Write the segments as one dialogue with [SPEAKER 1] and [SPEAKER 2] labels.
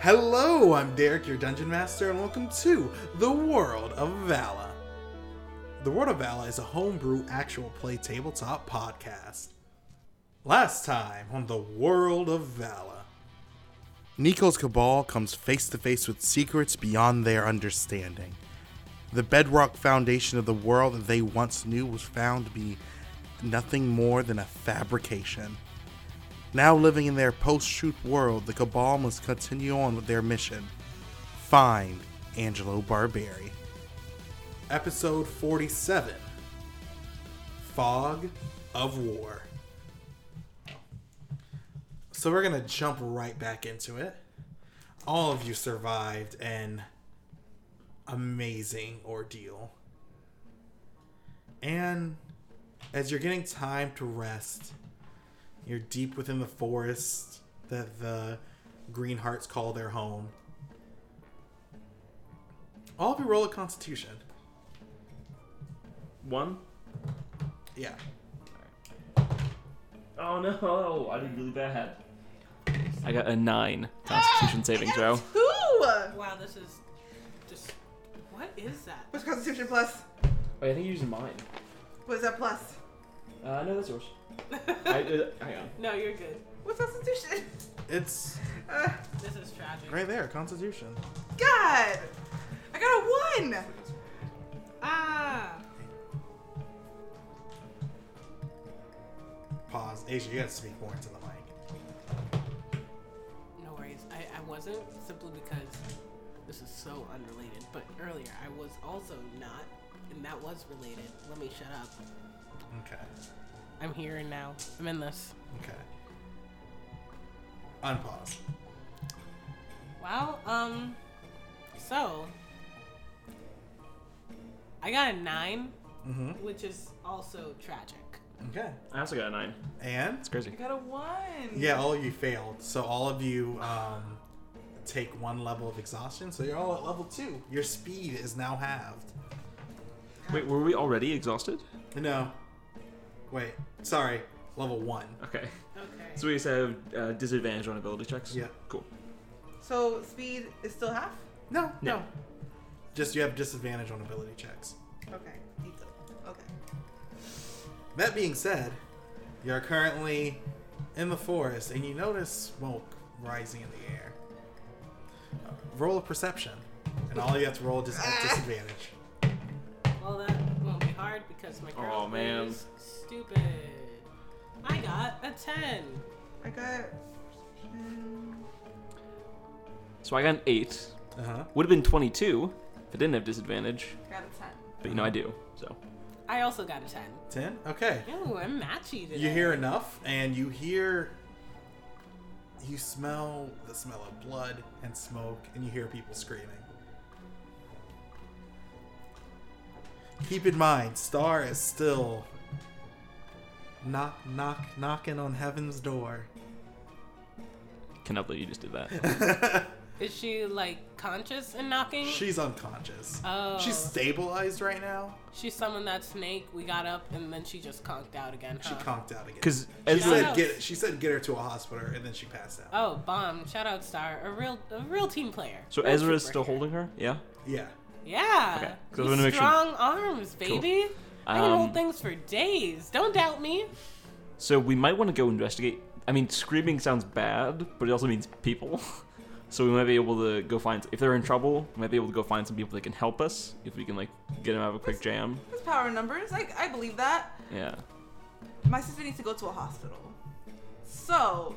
[SPEAKER 1] Hello, I'm Derek, your dungeon master, and welcome to the World of Vala. The World of Vala is a homebrew actual play tabletop podcast. Last time on the World of Vala,
[SPEAKER 2] Nico's cabal comes face to face with secrets beyond their understanding. The bedrock foundation of the world that they once knew was found to be nothing more than a fabrication. Now living in their post shoot world, the cabal must continue on with their mission find Angelo Barberi.
[SPEAKER 1] episode 47 Fog of War. So we're going to jump right back into it. All of you survived an amazing ordeal. And as you're getting time to rest, you're deep within the forest that the Green Hearts call their home. All of you roll a constitution.
[SPEAKER 3] One?
[SPEAKER 1] Yeah.
[SPEAKER 3] Oh no, I did really bad. I got a nine Constitution saving throw.
[SPEAKER 4] Two.
[SPEAKER 5] Wow, this is just. What is that?
[SPEAKER 4] What's Constitution plus?
[SPEAKER 3] Wait, Oh, I think you're using mine.
[SPEAKER 4] What is that plus?
[SPEAKER 3] Uh, no, that's yours. I, uh, hang on.
[SPEAKER 5] No, you're good.
[SPEAKER 4] What's Constitution?
[SPEAKER 1] It's
[SPEAKER 4] Uh,
[SPEAKER 5] This is tragic.
[SPEAKER 1] right there, Constitution.
[SPEAKER 4] God, I got a one.
[SPEAKER 5] Ah!
[SPEAKER 1] Pause. Asia, you gotta speak more into the mic.
[SPEAKER 5] No worries. I, I wasn't simply because this is so unrelated. But earlier, I was also not, and that was related. Let me shut up.
[SPEAKER 1] Okay.
[SPEAKER 5] I'm here and now. I'm in this.
[SPEAKER 1] Okay. Unpause.
[SPEAKER 5] Well, um, so I got a 9
[SPEAKER 1] Mhm.
[SPEAKER 5] which is also tragic.
[SPEAKER 1] Okay.
[SPEAKER 3] I also got a nine.
[SPEAKER 1] And
[SPEAKER 3] It's crazy.
[SPEAKER 4] I got a one.
[SPEAKER 1] yeah, all of you failed. So all of you um, take one level of exhaustion. So you're all at level two. Your speed is now halved.
[SPEAKER 3] Wait, were we already exhausted?
[SPEAKER 1] No. Wait. Sorry. Level one.
[SPEAKER 3] Okay.
[SPEAKER 5] Okay.
[SPEAKER 3] So we just have uh, disadvantage on ability checks?
[SPEAKER 1] Yeah.
[SPEAKER 3] Cool.
[SPEAKER 4] So speed is still half.
[SPEAKER 1] No.
[SPEAKER 3] No.
[SPEAKER 1] Just you have disadvantage on ability checks.
[SPEAKER 4] Okay. Dito. Okay.
[SPEAKER 1] That being said, you're currently in the forest and you notice smoke rising in the air. Uh, roll a perception, and all you have to roll is just at disadvantage.
[SPEAKER 5] Well, that won't be hard because my girl
[SPEAKER 3] Aw, man.
[SPEAKER 5] is stupid. I got a 10.
[SPEAKER 4] I got. um,
[SPEAKER 3] So I got an eight.
[SPEAKER 1] Uh huh.
[SPEAKER 3] Would have been 22 if I didn't have disadvantage,
[SPEAKER 4] I got a ten.
[SPEAKER 3] but you know I do, so.
[SPEAKER 5] I also got a 10.
[SPEAKER 1] Ten. Okay.
[SPEAKER 5] Ooh, I'm matchy today.
[SPEAKER 1] You hear enough, and you hear. You smell the smell of blood and smoke, and you hear people screaming. Keep in mind, Star is still knock, knock, knocking on heaven's door.
[SPEAKER 3] Cannot believe you just did that.
[SPEAKER 5] Is she like conscious and knocking?
[SPEAKER 1] She's unconscious.
[SPEAKER 5] Oh.
[SPEAKER 1] She's stabilized right now.
[SPEAKER 5] She summoned that snake. We got up, and then she just conked out again.
[SPEAKER 1] She
[SPEAKER 5] huh?
[SPEAKER 1] conked out again.
[SPEAKER 3] Because
[SPEAKER 1] she
[SPEAKER 3] as
[SPEAKER 5] Shout
[SPEAKER 1] said
[SPEAKER 5] out.
[SPEAKER 1] get she said get her to a hospital and then she passed out.
[SPEAKER 5] Oh, bomb! Shout out Star, a real, a real team player.
[SPEAKER 3] so
[SPEAKER 5] Real
[SPEAKER 3] Ezra's
[SPEAKER 5] trooper
[SPEAKER 3] still
[SPEAKER 5] here.
[SPEAKER 3] holding her, yeah?
[SPEAKER 1] Yeah.
[SPEAKER 5] Yeah.
[SPEAKER 3] Okay, 'cause I
[SPEAKER 5] You
[SPEAKER 3] wanna make sure-
[SPEAKER 5] strong arms, baby. I can
[SPEAKER 3] Um,
[SPEAKER 5] hold things for days. Don't doubt me.
[SPEAKER 3] So we might want to go investigate. I mean, screaming sounds bad, but it also means people. So we might be able to go find if they're in trouble. We might be able to go find some people that can help us if we can like get them out of a quick jam.
[SPEAKER 4] That's power in numbers. I I believe that.
[SPEAKER 3] Yeah.
[SPEAKER 4] My sister needs to go to a hospital. So,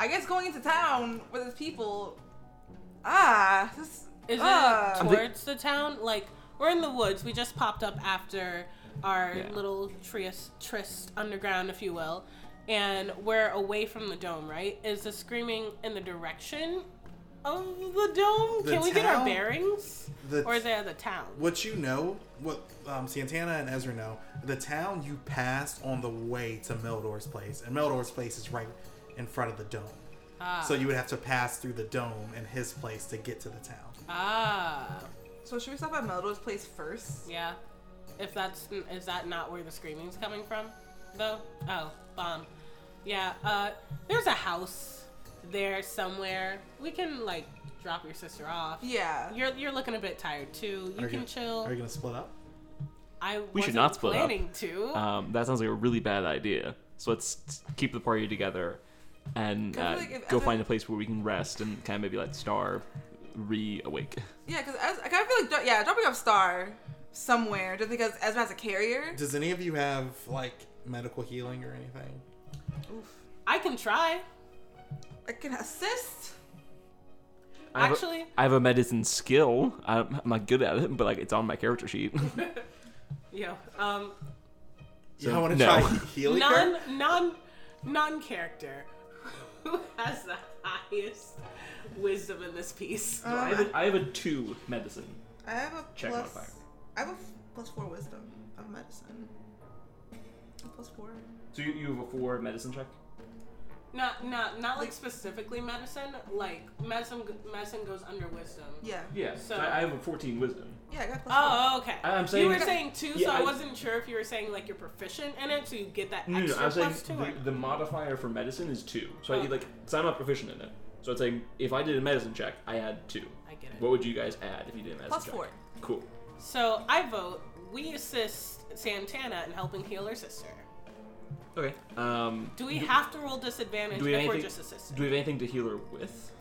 [SPEAKER 4] I guess going into town with these people. Ah, this.
[SPEAKER 5] Is
[SPEAKER 4] ah.
[SPEAKER 5] it towards the town? Like we're in the woods. We just popped up after our
[SPEAKER 3] Yeah.
[SPEAKER 5] little tryst, tryst underground, if you will, and we're away from the dome. Right? Is the screaming in the direction of the dome?
[SPEAKER 1] The
[SPEAKER 5] Can we get our
[SPEAKER 1] town?
[SPEAKER 5] bearings?
[SPEAKER 1] The
[SPEAKER 5] or is it at the town?
[SPEAKER 1] What you know, what um, Santana and Ezra know, the town you passed on the way to Meldor's place, and Meldor's place is right in front of the dome.
[SPEAKER 5] Ah,
[SPEAKER 1] So you would have to pass through the dome and his place to get to the town.
[SPEAKER 5] ah,
[SPEAKER 4] So should we stop at Meldo's place first?
[SPEAKER 5] yeah. If that's is that not where the screaming's coming from, though? Oh, bomb. Yeah. Uh, there's a house there somewhere. We can like drop your sister off.
[SPEAKER 4] Yeah.
[SPEAKER 5] You're you're looking a bit tired too. You
[SPEAKER 1] Are
[SPEAKER 5] can
[SPEAKER 1] gonna-
[SPEAKER 5] chill.
[SPEAKER 1] Are you gonna split up?
[SPEAKER 5] I
[SPEAKER 3] We should
[SPEAKER 5] wasn't
[SPEAKER 3] not split up.
[SPEAKER 5] planning to.
[SPEAKER 3] Um, that sounds like a really bad idea. So let's t- keep the party together and uh,
[SPEAKER 4] 'Cause, like, if
[SPEAKER 3] go
[SPEAKER 4] Evan-
[SPEAKER 3] find a place where we can rest and kind of maybe like starve, reawake.
[SPEAKER 4] Yeah, because like, I feel like, dro- yeah, dropping off Star somewhere just because Esma has a carrier.
[SPEAKER 1] Does any of you have like medical healing or anything?
[SPEAKER 5] I can try.
[SPEAKER 4] I can assist.
[SPEAKER 3] I have a-
[SPEAKER 5] Actually-
[SPEAKER 3] I have a medicine skill. I'm, I'm not good at it, but like it's on my character sheet.
[SPEAKER 5] Yeah. Um.
[SPEAKER 1] yeah, I want to
[SPEAKER 3] no.
[SPEAKER 1] try healing. her?
[SPEAKER 5] non non non character who has the highest wisdom in this piece.
[SPEAKER 3] I,
[SPEAKER 4] Um,
[SPEAKER 3] have a, I have a two medicine.
[SPEAKER 4] I have a
[SPEAKER 3] Check
[SPEAKER 4] plus.
[SPEAKER 3] modifier.
[SPEAKER 4] I have a f- plus four wisdom of medicine. A Plus four.
[SPEAKER 3] So you, you have a four medicine check.
[SPEAKER 5] Not not not like specifically medicine. Like medicine medicine goes under wisdom.
[SPEAKER 4] Yeah.
[SPEAKER 3] Yeah.
[SPEAKER 5] So- I- I
[SPEAKER 3] have a fourteen wisdom.
[SPEAKER 4] Yeah, I got plus four.
[SPEAKER 5] Oh, okay.
[SPEAKER 3] I- I'm saying-
[SPEAKER 5] you were saying two,
[SPEAKER 3] Yeah,
[SPEAKER 5] so I,
[SPEAKER 3] I-
[SPEAKER 5] wasn't sure if you were saying like you're proficient in it, so you get that
[SPEAKER 3] No, no,
[SPEAKER 5] extra
[SPEAKER 3] no, I'm saying
[SPEAKER 5] plus two.
[SPEAKER 3] the, the modifier for medicine is two. So I
[SPEAKER 5] Oh.
[SPEAKER 3] like, so I'm not proficient in it. So it's like if I did a medicine check, I had two.
[SPEAKER 5] I get it.
[SPEAKER 3] What would you guys add if you did a medicine
[SPEAKER 4] Plus
[SPEAKER 3] check?
[SPEAKER 4] four.
[SPEAKER 3] Cool.
[SPEAKER 5] So I vote we assist Santana in helping heal her sister.
[SPEAKER 3] Okay. Um,
[SPEAKER 5] Do we have to roll disadvantage
[SPEAKER 3] do
[SPEAKER 5] if
[SPEAKER 3] we have
[SPEAKER 5] we're
[SPEAKER 3] anything?
[SPEAKER 5] just assisting?
[SPEAKER 3] do we have anything to heal her with?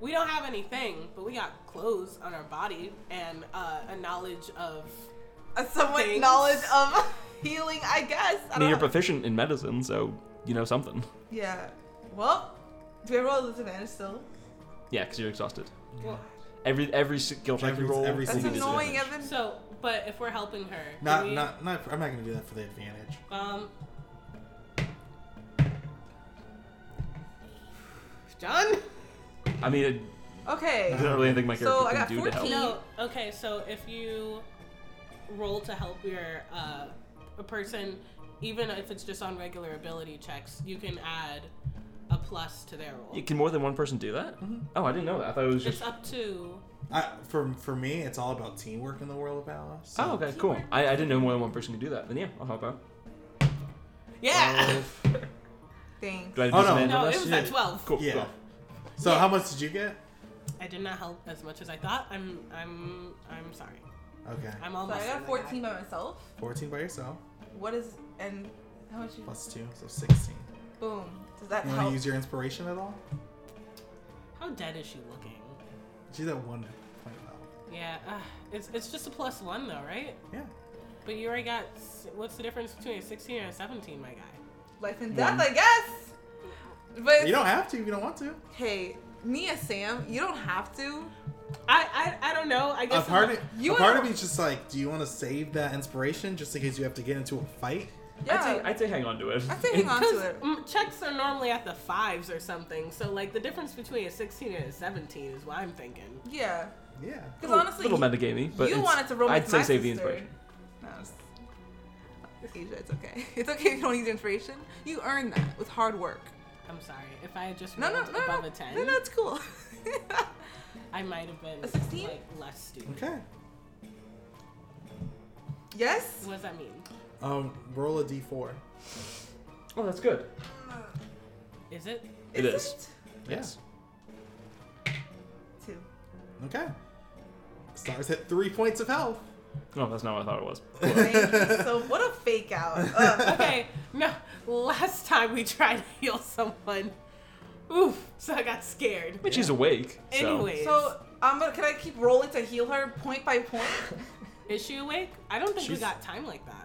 [SPEAKER 5] We don't have anything, but we got clothes on our body and uh, a knowledge of.
[SPEAKER 4] A somewhat
[SPEAKER 5] Thanks.
[SPEAKER 4] knowledge of healing, I guess. I
[SPEAKER 3] I
[SPEAKER 4] don't
[SPEAKER 3] mean, you're
[SPEAKER 4] know.
[SPEAKER 3] proficient in medicine, so you know something.
[SPEAKER 4] Yeah. Well, do we roll disadvantage still?
[SPEAKER 3] Yeah, because you're exhausted. Every every skill check
[SPEAKER 1] Every-
[SPEAKER 3] you roll.
[SPEAKER 1] every
[SPEAKER 3] you
[SPEAKER 4] That's
[SPEAKER 1] single
[SPEAKER 3] need
[SPEAKER 4] annoying,
[SPEAKER 3] disadvantage.
[SPEAKER 4] Evan.
[SPEAKER 5] So, but if we're helping her, do
[SPEAKER 1] Not,
[SPEAKER 5] we-
[SPEAKER 1] not, not. I'm not gonna do that for the advantage.
[SPEAKER 5] Um. Done.
[SPEAKER 3] I mean, it,
[SPEAKER 4] Okay.
[SPEAKER 3] there's not really anything my
[SPEAKER 4] So
[SPEAKER 3] character
[SPEAKER 4] I
[SPEAKER 3] can do
[SPEAKER 4] got
[SPEAKER 3] to help.
[SPEAKER 4] 14.
[SPEAKER 5] No. Okay. So if you roll to help your uh, a person, even if it's just on regular ability checks, you can add a plus to their roll.
[SPEAKER 3] Y- Can more than one person do that? Oh, I didn't know that. I thought it was
[SPEAKER 5] It's
[SPEAKER 3] just.
[SPEAKER 5] up to.
[SPEAKER 3] Oh.
[SPEAKER 1] I, for for me, it's all about teamwork in the world of Valor. So
[SPEAKER 3] Oh, okay, cool. I, I didn't know more than one person could do that. Then yeah, I'll help out.
[SPEAKER 5] Yeah.
[SPEAKER 4] Thanks.
[SPEAKER 3] Do I have
[SPEAKER 1] Oh, no.
[SPEAKER 3] disadvantage on
[SPEAKER 5] no, it
[SPEAKER 3] this?
[SPEAKER 5] was
[SPEAKER 1] Yeah.
[SPEAKER 5] at twelve.
[SPEAKER 3] Cool.
[SPEAKER 1] Yeah.
[SPEAKER 3] cool.
[SPEAKER 1] So how much did you get?
[SPEAKER 5] I did not help as much as I thought. I'm. I'm. I'm sorry.
[SPEAKER 1] Okay,
[SPEAKER 5] I'm
[SPEAKER 4] So
[SPEAKER 5] almost.
[SPEAKER 4] I got 14 by myself.
[SPEAKER 1] 14 by yourself
[SPEAKER 4] What is and how much? You,
[SPEAKER 1] plus two, so 16.
[SPEAKER 4] boom. Does that
[SPEAKER 1] You want
[SPEAKER 4] help?
[SPEAKER 1] to use your inspiration at all?
[SPEAKER 5] How dead is she looking?
[SPEAKER 1] She's at one point
[SPEAKER 5] Yeah. Uh, it's it's just a plus one though, right?
[SPEAKER 1] Yeah.
[SPEAKER 5] But you already got. s- What's the difference between a 16 and a 17, my guy?
[SPEAKER 4] Life and death,
[SPEAKER 1] One.
[SPEAKER 4] I guess. But
[SPEAKER 1] You don't have to if you don't want to.
[SPEAKER 4] hey, Nia, Sam, you don't have to.
[SPEAKER 5] I I, I don't know. I
[SPEAKER 1] A
[SPEAKER 5] guess.
[SPEAKER 1] part, of,
[SPEAKER 4] you
[SPEAKER 1] a part
[SPEAKER 4] are-
[SPEAKER 1] of me is just like, do you want to save that inspiration just in case you have to get into a fight?
[SPEAKER 4] Yeah.
[SPEAKER 3] I'd, say, I'd say hang on to it.
[SPEAKER 4] I'd say hang on to
[SPEAKER 5] Because
[SPEAKER 4] it.
[SPEAKER 5] checks are normally at the fives or something, so like the difference between a 16 and a 17 is what I'm thinking.
[SPEAKER 4] Yeah.
[SPEAKER 1] Yeah.
[SPEAKER 4] Because honestly,
[SPEAKER 3] little
[SPEAKER 4] you-
[SPEAKER 3] metagamey, but
[SPEAKER 4] you
[SPEAKER 3] it's-
[SPEAKER 4] wanted to romance
[SPEAKER 3] I'd say
[SPEAKER 4] my
[SPEAKER 3] save the
[SPEAKER 4] sister.
[SPEAKER 3] inspiration.
[SPEAKER 4] No, it's, Asia, it's okay. It's okay if you don't use your inspiration. You earn that with hard work.
[SPEAKER 5] I'm sorry. If I had just
[SPEAKER 4] No,
[SPEAKER 5] rolled
[SPEAKER 4] no, no, no,
[SPEAKER 5] above
[SPEAKER 4] no,
[SPEAKER 5] a 10,
[SPEAKER 4] no, it's cool.
[SPEAKER 5] I might have been
[SPEAKER 4] A 16?
[SPEAKER 5] like less stupid.
[SPEAKER 1] Okay.
[SPEAKER 4] yes.
[SPEAKER 5] What does that mean?
[SPEAKER 1] Um, roll a d4.
[SPEAKER 3] Oh, that's good.
[SPEAKER 5] Is it?
[SPEAKER 3] It
[SPEAKER 4] Is
[SPEAKER 3] is. Yes.
[SPEAKER 4] Two.
[SPEAKER 1] Okay. Stars at three points of health.
[SPEAKER 3] No, Oh, that's not what I thought it was.
[SPEAKER 4] Thank you. So what a fake out. Ugh.
[SPEAKER 5] Okay. no. Last time we tried to heal someone. Oof. So I got scared.
[SPEAKER 3] But she's awake. So.
[SPEAKER 5] Anyways,
[SPEAKER 4] So um, but can I keep rolling to heal her point by point?
[SPEAKER 5] is she awake? I don't think
[SPEAKER 1] She's-
[SPEAKER 5] we got time like that.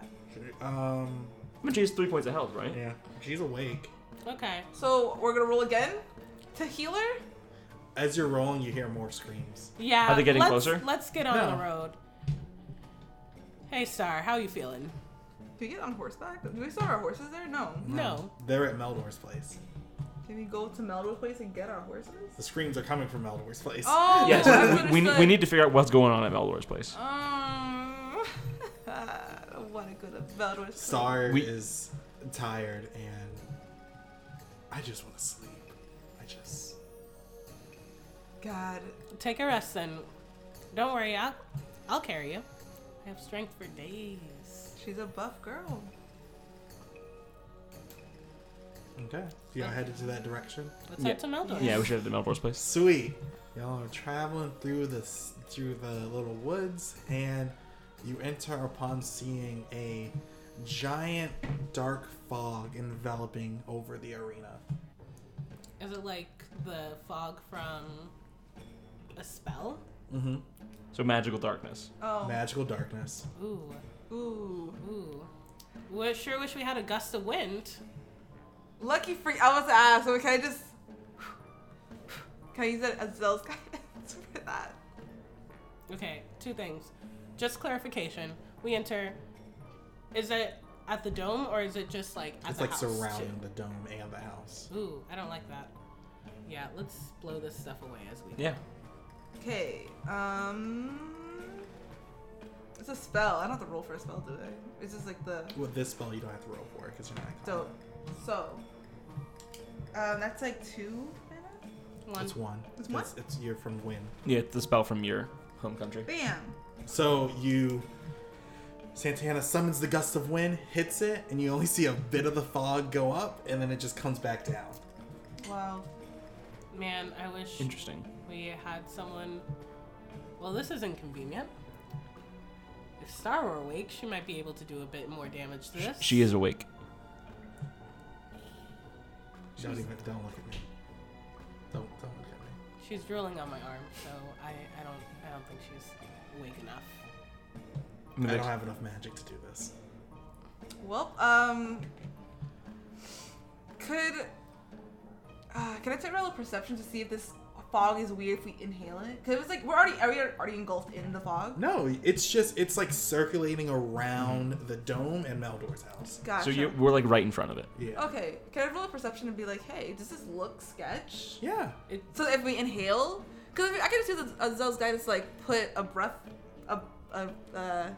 [SPEAKER 1] Um,
[SPEAKER 3] But she has three points of health, right?
[SPEAKER 1] yeah. She's awake.
[SPEAKER 5] Okay.
[SPEAKER 4] So we're gonna roll again to heal her.
[SPEAKER 1] As you're rolling, you hear more screams.
[SPEAKER 5] Yeah.
[SPEAKER 3] Are they getting
[SPEAKER 5] let's,
[SPEAKER 3] closer?
[SPEAKER 5] Let's get on
[SPEAKER 1] No.
[SPEAKER 5] the road. Hey, Star, how you feeling?
[SPEAKER 4] Do we get on horseback? Do we still have our horses there? No.
[SPEAKER 5] No.
[SPEAKER 1] They're at Meldor's place.
[SPEAKER 4] Can we go to Melrose Place and get our horses?
[SPEAKER 1] The screams are coming from Meldor's place.
[SPEAKER 4] Oh,
[SPEAKER 3] Yes.
[SPEAKER 4] I
[SPEAKER 3] we, we,
[SPEAKER 4] misunderstood.
[SPEAKER 3] we need to figure out what's going on at Meldor's place.
[SPEAKER 4] Um, I don't want to go to Melrose. Place.
[SPEAKER 1] Star
[SPEAKER 3] We-
[SPEAKER 1] is tired and I just want to sleep. I just.
[SPEAKER 4] God.
[SPEAKER 5] Take a rest then. Don't worry, I'll, I'll carry you. I have strength for days.
[SPEAKER 4] She's a buff girl.
[SPEAKER 1] Okay. Y'all headed to that direction.
[SPEAKER 5] Let's
[SPEAKER 3] Yeah.
[SPEAKER 5] head to Meldor.
[SPEAKER 3] Yeah, we should have the Melbourne's place.
[SPEAKER 1] Sweet. Y'all are traveling through this through the little woods, and you enter upon seeing a giant dark fog enveloping over the arena.
[SPEAKER 5] Is it like the fog from a spell?
[SPEAKER 1] Mm-hmm.
[SPEAKER 3] So magical darkness.
[SPEAKER 4] Oh.
[SPEAKER 1] Magical darkness.
[SPEAKER 5] Ooh,
[SPEAKER 4] Ooh.
[SPEAKER 5] ooh. We sure wish we had a gust of wind.
[SPEAKER 4] Lucky for I was to ask, so can I just can I use it as Zell's guidance for that?
[SPEAKER 5] Okay, two things. Just clarification. We enter. Is it at the dome or is it just like at
[SPEAKER 1] It's
[SPEAKER 5] the
[SPEAKER 1] like
[SPEAKER 5] house?
[SPEAKER 1] surrounding the dome and the house.
[SPEAKER 5] too? Ooh, I don't like that. Yeah, let's blow this stuff away as we.
[SPEAKER 3] Yeah.
[SPEAKER 4] Okay. Um. It's a spell. I don't have to roll for a spell, do I? It's just like the
[SPEAKER 1] With this spell, you don't have to roll for it because you're not.
[SPEAKER 4] so.
[SPEAKER 1] combat.
[SPEAKER 4] So. Um, that's like two mana.
[SPEAKER 5] One.
[SPEAKER 1] It's one.
[SPEAKER 4] It's one?
[SPEAKER 1] It's, it's you're from Win.
[SPEAKER 3] Yeah, it's the spell from your home country.
[SPEAKER 4] Bam.
[SPEAKER 1] So you, Santana summons the gust of wind, hits it, and you only see a bit of the fog go up, and then it just comes back down.
[SPEAKER 4] Wow.
[SPEAKER 5] Man, I wish
[SPEAKER 3] Interesting.
[SPEAKER 5] we had someone. Well, this is inconvenient. If Star were awake, she might be able to do a bit more damage to this.
[SPEAKER 3] She is awake.
[SPEAKER 1] Don't even. Don't look at me. Don't don't look at me.
[SPEAKER 5] She's drooling on my arm, so I, I don't I don't think she's awake enough.
[SPEAKER 1] I don't have enough magic to do this.
[SPEAKER 4] Well, um. Could. Uh, can I take roll a perception to see if this fog is weird if we inhale it? Because it was like we're already are we already engulfed in the fog.
[SPEAKER 1] No, it's just it's like circulating around the dome and Meldor's house.
[SPEAKER 4] Gotcha.
[SPEAKER 3] So you we're like right in front of it.
[SPEAKER 1] Yeah.
[SPEAKER 4] Okay, can I roll a perception and be like, hey, does this look sketch?
[SPEAKER 1] Yeah.
[SPEAKER 4] So if we inhale, because I can just use Azel's guidance to like put a breath, a, a uh,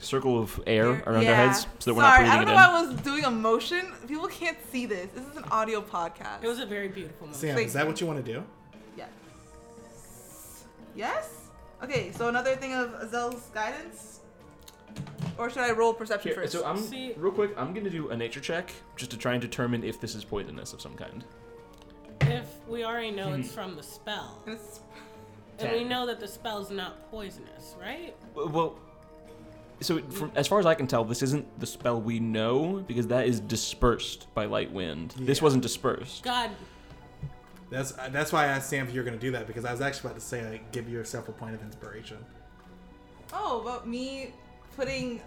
[SPEAKER 3] Circle of air around
[SPEAKER 4] yeah.
[SPEAKER 3] our heads so that we're
[SPEAKER 4] Sorry,
[SPEAKER 3] not
[SPEAKER 4] I don't
[SPEAKER 3] breathing
[SPEAKER 4] know
[SPEAKER 3] it in.
[SPEAKER 4] why I was doing a motion. People can't see this. This is an audio podcast.
[SPEAKER 5] It was a very beautiful moment.
[SPEAKER 1] Sam, is that what you want to do?
[SPEAKER 4] yes. Yes. Okay, so another thing of Azel's guidance, or should I roll perception
[SPEAKER 3] Here,
[SPEAKER 4] first?
[SPEAKER 3] so I'm
[SPEAKER 5] See-
[SPEAKER 3] real quick. I'm gonna do a nature check just to try and determine if this is poisonous of some kind.
[SPEAKER 5] If we already know
[SPEAKER 4] Hmm.
[SPEAKER 5] it's from the spell,
[SPEAKER 4] And it's-
[SPEAKER 5] and we
[SPEAKER 3] Ten.
[SPEAKER 5] know that the spell's not poisonous, right?
[SPEAKER 3] W- Well, so from, as far as I can tell, this isn't the spell we know because that is dispersed by light wind. This
[SPEAKER 1] Yeah.
[SPEAKER 3] wasn't dispersed.
[SPEAKER 5] God,
[SPEAKER 1] That's uh, that's why I asked Sam if you're going to do that because I was actually about to say like, give yourself a point of inspiration.
[SPEAKER 4] oh, about me putting.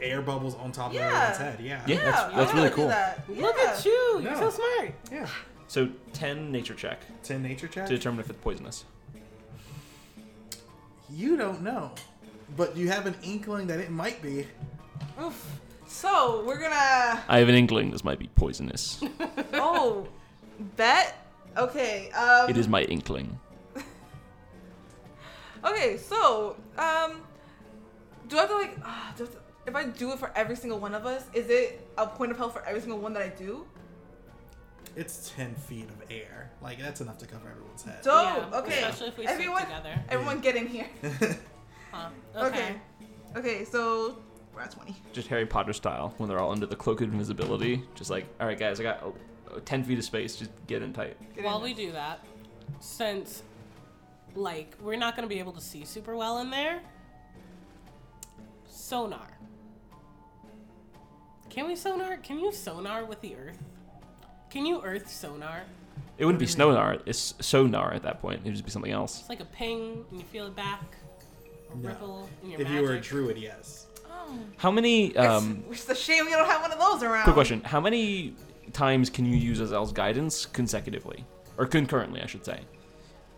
[SPEAKER 1] Air bubbles on top of
[SPEAKER 4] Yeah.
[SPEAKER 1] everyone's head. Yeah.
[SPEAKER 3] Yeah, that's-
[SPEAKER 4] I
[SPEAKER 3] that's
[SPEAKER 4] wanna
[SPEAKER 3] really
[SPEAKER 4] do
[SPEAKER 3] cool.
[SPEAKER 4] that.
[SPEAKER 5] look
[SPEAKER 4] Yeah.
[SPEAKER 5] at you! You're
[SPEAKER 1] No.
[SPEAKER 5] so smart.
[SPEAKER 1] Yeah.
[SPEAKER 3] So ten nature check
[SPEAKER 1] Ten nature check.
[SPEAKER 3] to determine if it's poisonous.
[SPEAKER 1] You don't know, but you have an inkling that it might be.
[SPEAKER 4] Oof. So we're gonna.
[SPEAKER 3] I have an inkling this might be poisonous.
[SPEAKER 4] Oh, bet. Okay. Um,
[SPEAKER 3] it is my inkling.
[SPEAKER 4] Okay, so um, do I have to like? Uh, do I have to, if I do it for every single one of us, is it a point of health for every single one that I do?
[SPEAKER 1] It's ten feet of air. Like that's enough to cover everyone's head.
[SPEAKER 4] Dope.
[SPEAKER 5] Yeah,
[SPEAKER 4] Oh, okay.
[SPEAKER 5] especially if we stick
[SPEAKER 4] everyone,
[SPEAKER 5] together.
[SPEAKER 4] everyone, get in here.
[SPEAKER 5] Huh.
[SPEAKER 4] Okay. Okay. so we're at twenty.
[SPEAKER 3] Just Harry Potter style when they're all under the cloak of invisibility. Just like, all right, guys, I got oh, oh, ten feet of space. Just get in tight.
[SPEAKER 4] Get
[SPEAKER 5] While
[SPEAKER 4] in.
[SPEAKER 5] we do that, since like we're not gonna be able to see super well in there, sonar. Can we sonar? Can you sonar with the earth? Can you earth sonar?
[SPEAKER 3] It wouldn't be sonar. It's sonar at that point. It would just be something else.
[SPEAKER 5] It's like a ping, and you feel it back, a
[SPEAKER 1] No.
[SPEAKER 5] ripple in your
[SPEAKER 1] If
[SPEAKER 5] magic.
[SPEAKER 1] you were a druid, yes.
[SPEAKER 5] Oh.
[SPEAKER 3] How many? Um,
[SPEAKER 4] It's, it's a shame we don't have one of those around.
[SPEAKER 3] quick question. How many times can you use Azel's guidance consecutively, or concurrently, I should say?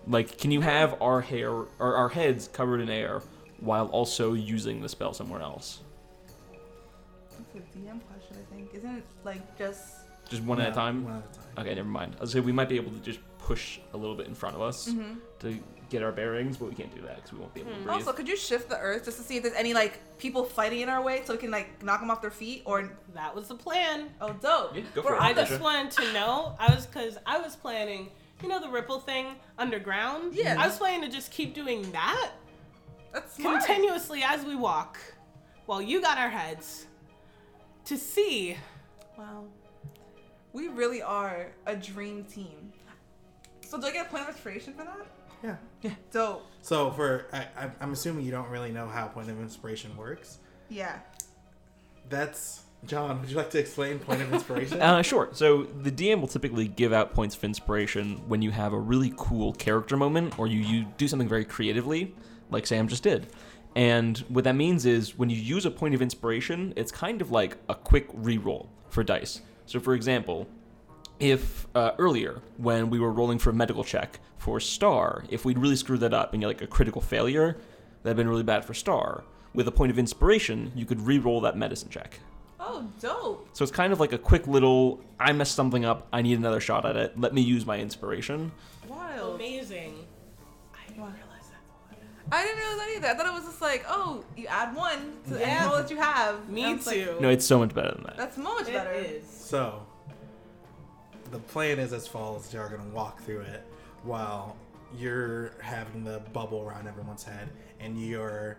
[SPEAKER 3] Like, can you have our hair or our heads covered in air while also using the spell somewhere else?
[SPEAKER 4] It's a DM question, I think. Isn't it like just?
[SPEAKER 3] Just one at a
[SPEAKER 1] No,
[SPEAKER 3] time.
[SPEAKER 1] One at a time.
[SPEAKER 3] Okay, never mind. I was gonna say we might be able to just push a little bit in front of us to get our bearings, but we can't do that because we won't be able to breathe.
[SPEAKER 4] Also, could you shift the earth just to see if there's any like people fighting in our way, so we can like knock them off their feet? Or
[SPEAKER 5] That was the plan.
[SPEAKER 4] oh, dope.
[SPEAKER 3] Yeah, go
[SPEAKER 4] We're
[SPEAKER 3] for it.
[SPEAKER 4] on
[SPEAKER 5] I
[SPEAKER 4] the-
[SPEAKER 5] just wanted to know. I was because I was planning, you know, the ripple thing underground.
[SPEAKER 4] Yeah.
[SPEAKER 5] I was planning to just keep doing that
[SPEAKER 4] That's smart.
[SPEAKER 5] continuously as we walk, while you got our heads to see
[SPEAKER 4] Wow. We really are a dream team. So do I get a point of inspiration for that?
[SPEAKER 1] Yeah.
[SPEAKER 4] Dope.
[SPEAKER 1] So for I, I, I'm assuming you don't really know how point of inspiration works.
[SPEAKER 4] Yeah.
[SPEAKER 1] That's John. Would you like to explain point of inspiration?
[SPEAKER 3] Uh, sure. So the DM will typically give out points of inspiration when you have a really cool character moment or you, you do something very creatively, like Sam just did. And what that means is when you use a point of inspiration, it's kind of like a quick reroll for dice. So, for example, if uh, earlier when we were rolling for a medical check for Star, if we'd really screwed that up and you're like a critical failure, that'd been really bad for Star. With a point of inspiration, you could re-roll that medicine check.
[SPEAKER 4] Oh, dope.
[SPEAKER 3] So it's kind of like a quick little I messed something up, I need another shot at it. Let me use my inspiration.
[SPEAKER 4] Wild.
[SPEAKER 5] Amazing. I didn't realize that.
[SPEAKER 4] I didn't realize any of that. I thought it was just like, oh, you add one to the
[SPEAKER 5] Yeah.
[SPEAKER 4] any roll that you have.
[SPEAKER 5] Me
[SPEAKER 4] And I was like,
[SPEAKER 5] too.
[SPEAKER 3] No, it's so much better than that.
[SPEAKER 4] That's so much better.
[SPEAKER 5] It is.
[SPEAKER 1] So, the plan is as follows: you're going to walk through it while you're having the bubble around everyone's head, and you're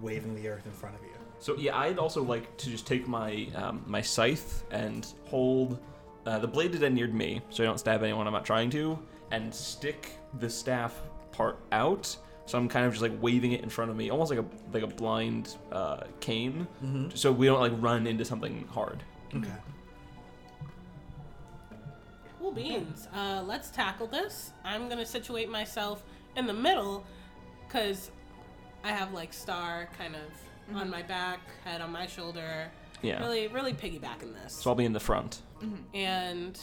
[SPEAKER 1] waving the earth in front of you.
[SPEAKER 3] So yeah, I'd also like to just take my um, my scythe and hold uh, the bladed end near me, so I don't stab anyone. I'm not trying to, and stick the staff part out. So I'm kind of just like waving it in front of me, almost like a like a blind uh, cane, so we don't like run into something hard.
[SPEAKER 1] Okay.
[SPEAKER 5] Cool beans. Uh, let's tackle this. I'm gonna situate myself in the middle, cause I have like star kind of on my back, head on my shoulder.
[SPEAKER 3] Yeah.
[SPEAKER 5] Really, really piggybacking this.
[SPEAKER 3] So I'll be in the front.
[SPEAKER 5] and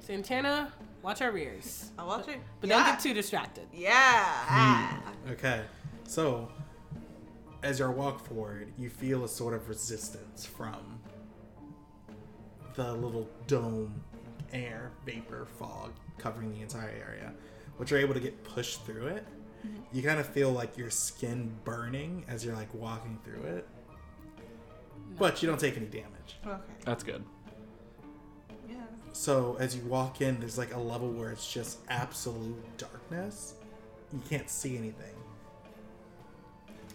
[SPEAKER 5] Santana, watch our rears,
[SPEAKER 4] I'll watch it.
[SPEAKER 5] but
[SPEAKER 4] yeah.
[SPEAKER 5] don't get too distracted.
[SPEAKER 4] Yeah.
[SPEAKER 1] Okay. So, as you walk forward, you feel a sort of resistance from the little dome air, vapor, fog covering the entire area, which are able to get pushed through it. You kind of feel like your skin burning as you're like walking through it, but you don't take any damage.
[SPEAKER 4] Okay.
[SPEAKER 3] That's good.
[SPEAKER 4] Yeah.
[SPEAKER 1] So as you walk in, there's like a level where it's just absolute darkness. You can't see anything.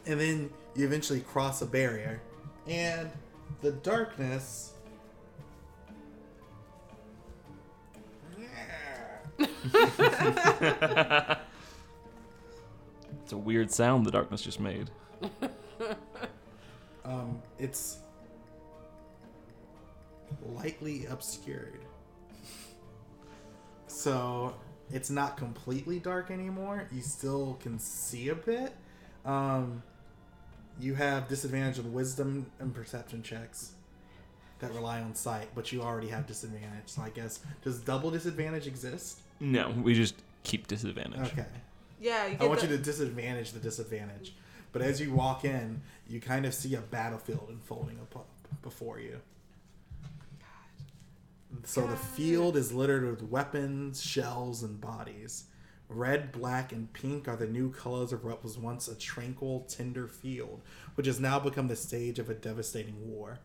[SPEAKER 1] And then you eventually cross a barrier, and the darkness.
[SPEAKER 3] It's a weird sound the darkness just made.
[SPEAKER 1] Um, it's lightly obscured. So it's not completely dark anymore. You still can see a bit. Um, you have disadvantage on wisdom and perception checks that rely on sight, but you already have disadvantage. So I guess does double disadvantage exist?
[SPEAKER 3] No, we just keep disadvantage.
[SPEAKER 1] Okay.
[SPEAKER 4] Yeah. You get
[SPEAKER 1] I want
[SPEAKER 4] the-
[SPEAKER 1] you to disadvantage the disadvantage. But as you walk in, you kind of see a battlefield unfolding up before you. So the field is littered with weapons, shells, and bodies. Red, black, and pink are the new colors of what was once a tranquil, tender field, which has now become the stage of a devastating war.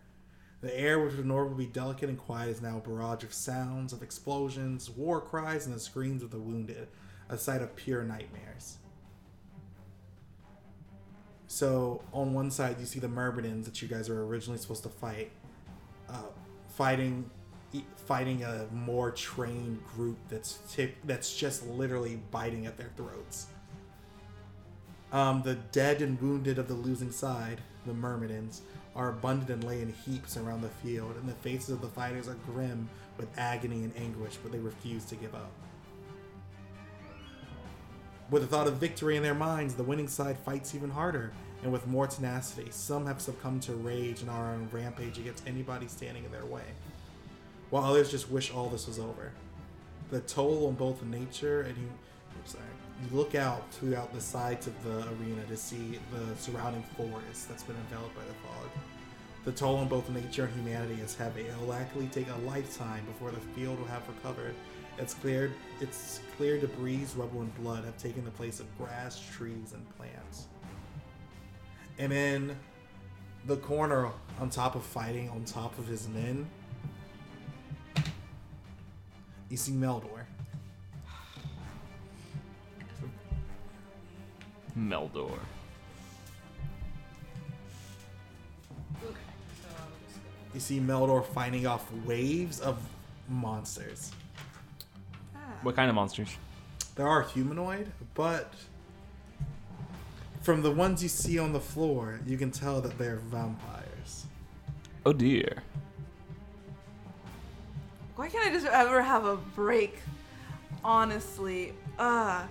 [SPEAKER 1] The air, which would normally be delicate and quiet, is now a barrage of sounds, of explosions, war cries, and the screams of the wounded, a sight of pure nightmares. So, on one side, you see the Myrmidons that you guys were originally supposed to fight, uh, fighting, e- fighting a more trained group that's tip, that's just literally biting at their throats. Um, the dead and wounded of the losing side, the Myrmidons, are abundant and lay in heaps around the field, and the faces of the fighters are grim with agony and anguish, but they refuse to give up. With the thought of victory in their minds, the winning side fights even harder, and with more tenacity, some have succumbed to rage and are on a rampage against anybody standing in their way, while others just wish all this was over. The toll on both nature and you, I'm sorry, you look out throughout the sides of the arena to see the surrounding forest that's been enveloped by the fog. The toll on both nature and humanity is heavy. It will likely take a lifetime before the field will have recovered. It's cleared. Its clear debris, rubble, and blood have taken the place of grass, trees, and plants. And in the corner, on top of fighting, on top of his men, you see Meldor.
[SPEAKER 3] Meldor.
[SPEAKER 5] Okay. So I'm just
[SPEAKER 1] You see Meldor fighting off waves of monsters.
[SPEAKER 3] What kind of monsters?
[SPEAKER 1] There are humanoid, but from the ones you see on the floor, you can tell that they're vampires.
[SPEAKER 3] Oh dear.
[SPEAKER 4] Why can't I just ever have a break? Honestly, uh,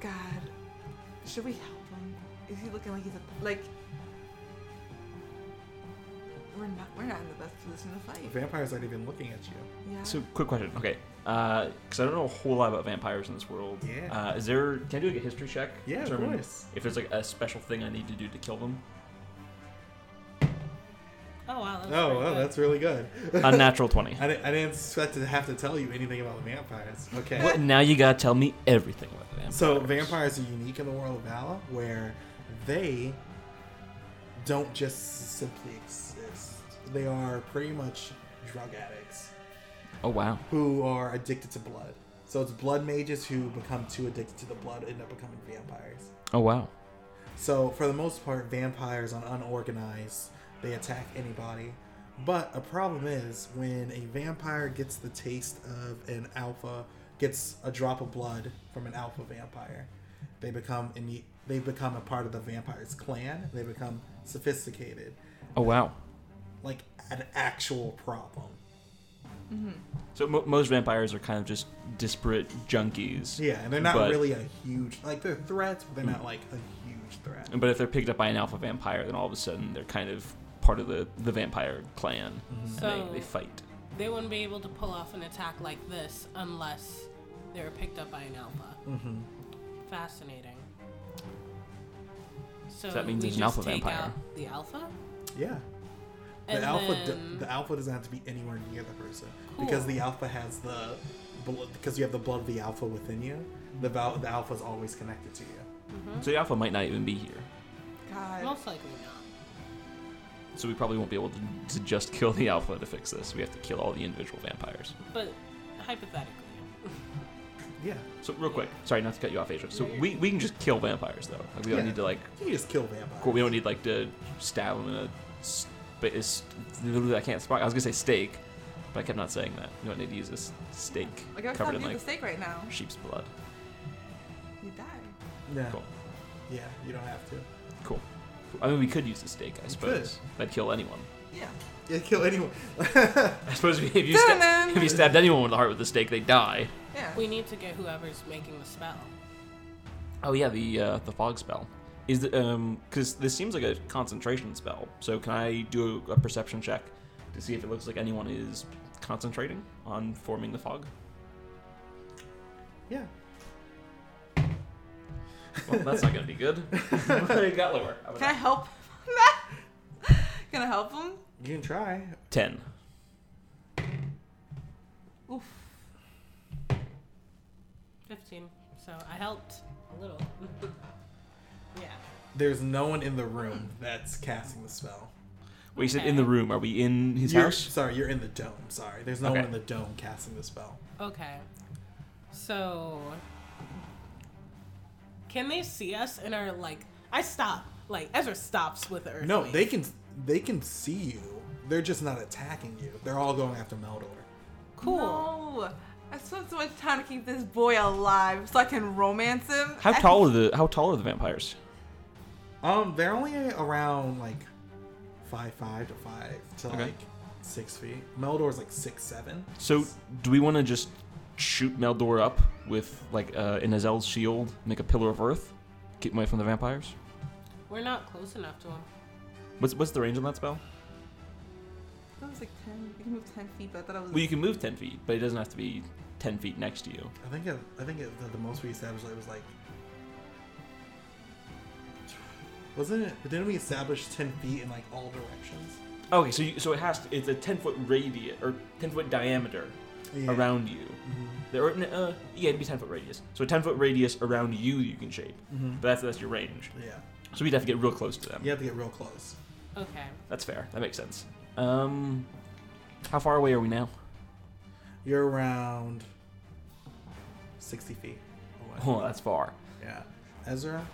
[SPEAKER 4] God, should we help him? Is he looking like he's a like? We're not. We're not in the best position to
[SPEAKER 1] The
[SPEAKER 4] fight.
[SPEAKER 1] vampires aren't even looking at you.
[SPEAKER 4] Yeah.
[SPEAKER 3] So, quick question. Okay, because I don't know a whole lot about vampires in this world.
[SPEAKER 1] Yeah.
[SPEAKER 3] Uh, is there? Can I do like a history check?
[SPEAKER 1] Yeah, of
[SPEAKER 3] Determine
[SPEAKER 1] course.
[SPEAKER 3] If there's like a special thing I need to do to kill them.
[SPEAKER 5] Oh wow. That
[SPEAKER 1] Oh,
[SPEAKER 5] was pretty
[SPEAKER 1] well,
[SPEAKER 5] good.
[SPEAKER 1] that's really good.
[SPEAKER 3] Unnatural twenty.
[SPEAKER 1] I didn't, I didn't expect to have to tell you anything about the vampires. Okay.
[SPEAKER 3] Well, now you gotta tell me everything about the vampires.
[SPEAKER 1] So vampires are unique in the world of Vala, where they don't just simply exist. They are pretty much drug addicts
[SPEAKER 3] Oh wow.
[SPEAKER 1] who are addicted to blood. So it's blood mages who become too addicted to the blood end up becoming vampires.
[SPEAKER 3] Oh wow.
[SPEAKER 1] So for the most part, vampires are unorganized. They attack anybody. But a problem is when a vampire gets the taste of an alpha, gets a drop of blood from an alpha vampire, they become imme- they become a part of the vampire's clan. They become sophisticated,
[SPEAKER 3] Oh wow.
[SPEAKER 1] like an actual problem.
[SPEAKER 3] So mo most vampires are kind of just disparate junkies.
[SPEAKER 1] Yeah, and they're not
[SPEAKER 3] But-
[SPEAKER 1] really a huge like they're threats, but they're not like a huge threat.
[SPEAKER 3] But if they're picked up by an alpha vampire, then all of a sudden they're kind of part of the, the vampire clan, and
[SPEAKER 5] So-
[SPEAKER 3] they, they fight.
[SPEAKER 5] They wouldn't be able to pull off an attack like this unless they were picked up by an alpha. Mm-hmm. Fascinating. So
[SPEAKER 3] that means
[SPEAKER 5] we
[SPEAKER 3] there's an
[SPEAKER 5] just
[SPEAKER 3] alpha
[SPEAKER 5] take
[SPEAKER 3] vampire.
[SPEAKER 5] out The alpha.
[SPEAKER 1] Yeah. The
[SPEAKER 5] And
[SPEAKER 1] alpha,
[SPEAKER 5] then-
[SPEAKER 1] d- the alpha doesn't have to be anywhere near the person because
[SPEAKER 5] Cool.
[SPEAKER 1] the alpha has the, bl- because you have the blood of the alpha within you. The val- the alpha is always connected to you.
[SPEAKER 3] So the alpha might not even be here.
[SPEAKER 4] God.
[SPEAKER 5] Most likely not.
[SPEAKER 3] So we probably won't be able to, to just kill the alpha to fix this. We have to kill all the individual vampires.
[SPEAKER 5] But hypothetically,
[SPEAKER 1] Yeah.
[SPEAKER 3] So real quick, sorry not to cut you off, Asia. So we, we can just kill vampires though. Like, we don't
[SPEAKER 1] Yeah.
[SPEAKER 3] need to like
[SPEAKER 1] You can just kill vampires.
[SPEAKER 3] we don't need like to stab them in a. But is I can't. sp- I was gonna say steak, but I kept not saying that. You don't need to use this steak
[SPEAKER 4] Like I
[SPEAKER 3] covered
[SPEAKER 4] can't
[SPEAKER 3] in
[SPEAKER 4] do
[SPEAKER 3] like
[SPEAKER 4] the steak right now.
[SPEAKER 3] sheep's blood.
[SPEAKER 4] You die.
[SPEAKER 1] Yeah.
[SPEAKER 3] Cool.
[SPEAKER 1] Yeah. You don't have to.
[SPEAKER 3] Cool. I mean, we could use the steak, I suppose.
[SPEAKER 1] could.
[SPEAKER 3] That'd kill anyone.
[SPEAKER 4] Yeah.
[SPEAKER 1] Yeah. Kill anyone.
[SPEAKER 3] I suppose if you, sta-
[SPEAKER 4] Dun-dun.
[SPEAKER 3] if you stabbed anyone with a heart with a steak, they die.
[SPEAKER 4] Yeah.
[SPEAKER 5] we need to get whoever's making the spell.
[SPEAKER 3] Oh yeah, the uh, the fog spell. Is the um because this seems like a concentration spell. So can I do a perception check to see if it looks like anyone is concentrating on forming the fog?
[SPEAKER 1] yeah.
[SPEAKER 3] Well, that's not gonna be good. I got lower. I would
[SPEAKER 4] Can I
[SPEAKER 3] have-
[SPEAKER 4] help? Can I help him?
[SPEAKER 1] You can try.
[SPEAKER 3] Ten.
[SPEAKER 4] Oof.
[SPEAKER 5] Fifteen. So I helped a little. yeah.
[SPEAKER 1] There's no one in the room that's casting the spell.
[SPEAKER 3] Wait, you said
[SPEAKER 5] Okay.
[SPEAKER 3] in the room. Are we in his
[SPEAKER 1] You're-
[SPEAKER 3] house?
[SPEAKER 1] Sorry, you're in the dome. Sorry. There's no
[SPEAKER 3] Okay.
[SPEAKER 1] one in the dome casting the spell.
[SPEAKER 5] Okay. So can they see us in our like? I stop. Like Ezra stops with Earth.
[SPEAKER 1] No, they can they can see you. They're just not attacking you. They're all going after Meldor.
[SPEAKER 5] Cool.
[SPEAKER 4] No. I spent so much time to keep this boy alive so I can romance him.
[SPEAKER 3] How tall are the How tall are the vampires?
[SPEAKER 1] Um, they're only around like five five to five to
[SPEAKER 3] Okay.
[SPEAKER 1] like six feet. Meldor's like six seven.
[SPEAKER 3] So do we want to just shoot Meldor up with like uh, an Azel's shield, make a pillar of earth, keep him away from the vampires?
[SPEAKER 5] We're not close enough to him.
[SPEAKER 3] What's What's the range on that spell?
[SPEAKER 4] That was like 10. You can move 10 feet, but I thought it was.
[SPEAKER 3] Well, you can move ten feet, but it doesn't have to be ten feet next to you.
[SPEAKER 1] I think it, I think it, the, the most we established like, was like wasn't it? Didn't we establish ten feet in like all directions?
[SPEAKER 3] Okay, so you, so it has to. It's a ten foot radius or ten foot diameter
[SPEAKER 1] Yeah. Mm-hmm.
[SPEAKER 3] around you. There, or, uh, yeah, it'd be ten foot radius. So a ten foot radius around you, you can shape. But that's that's your range.
[SPEAKER 1] Mm-hmm. Yeah,
[SPEAKER 3] So we'd have to get real close to them.
[SPEAKER 1] you have to get real close.
[SPEAKER 5] Okay.
[SPEAKER 3] That's fair. That makes sense. Um, how far away are we now?
[SPEAKER 1] You're around sixty feet. away.
[SPEAKER 3] Oh, that's far.
[SPEAKER 1] Yeah, Ezra,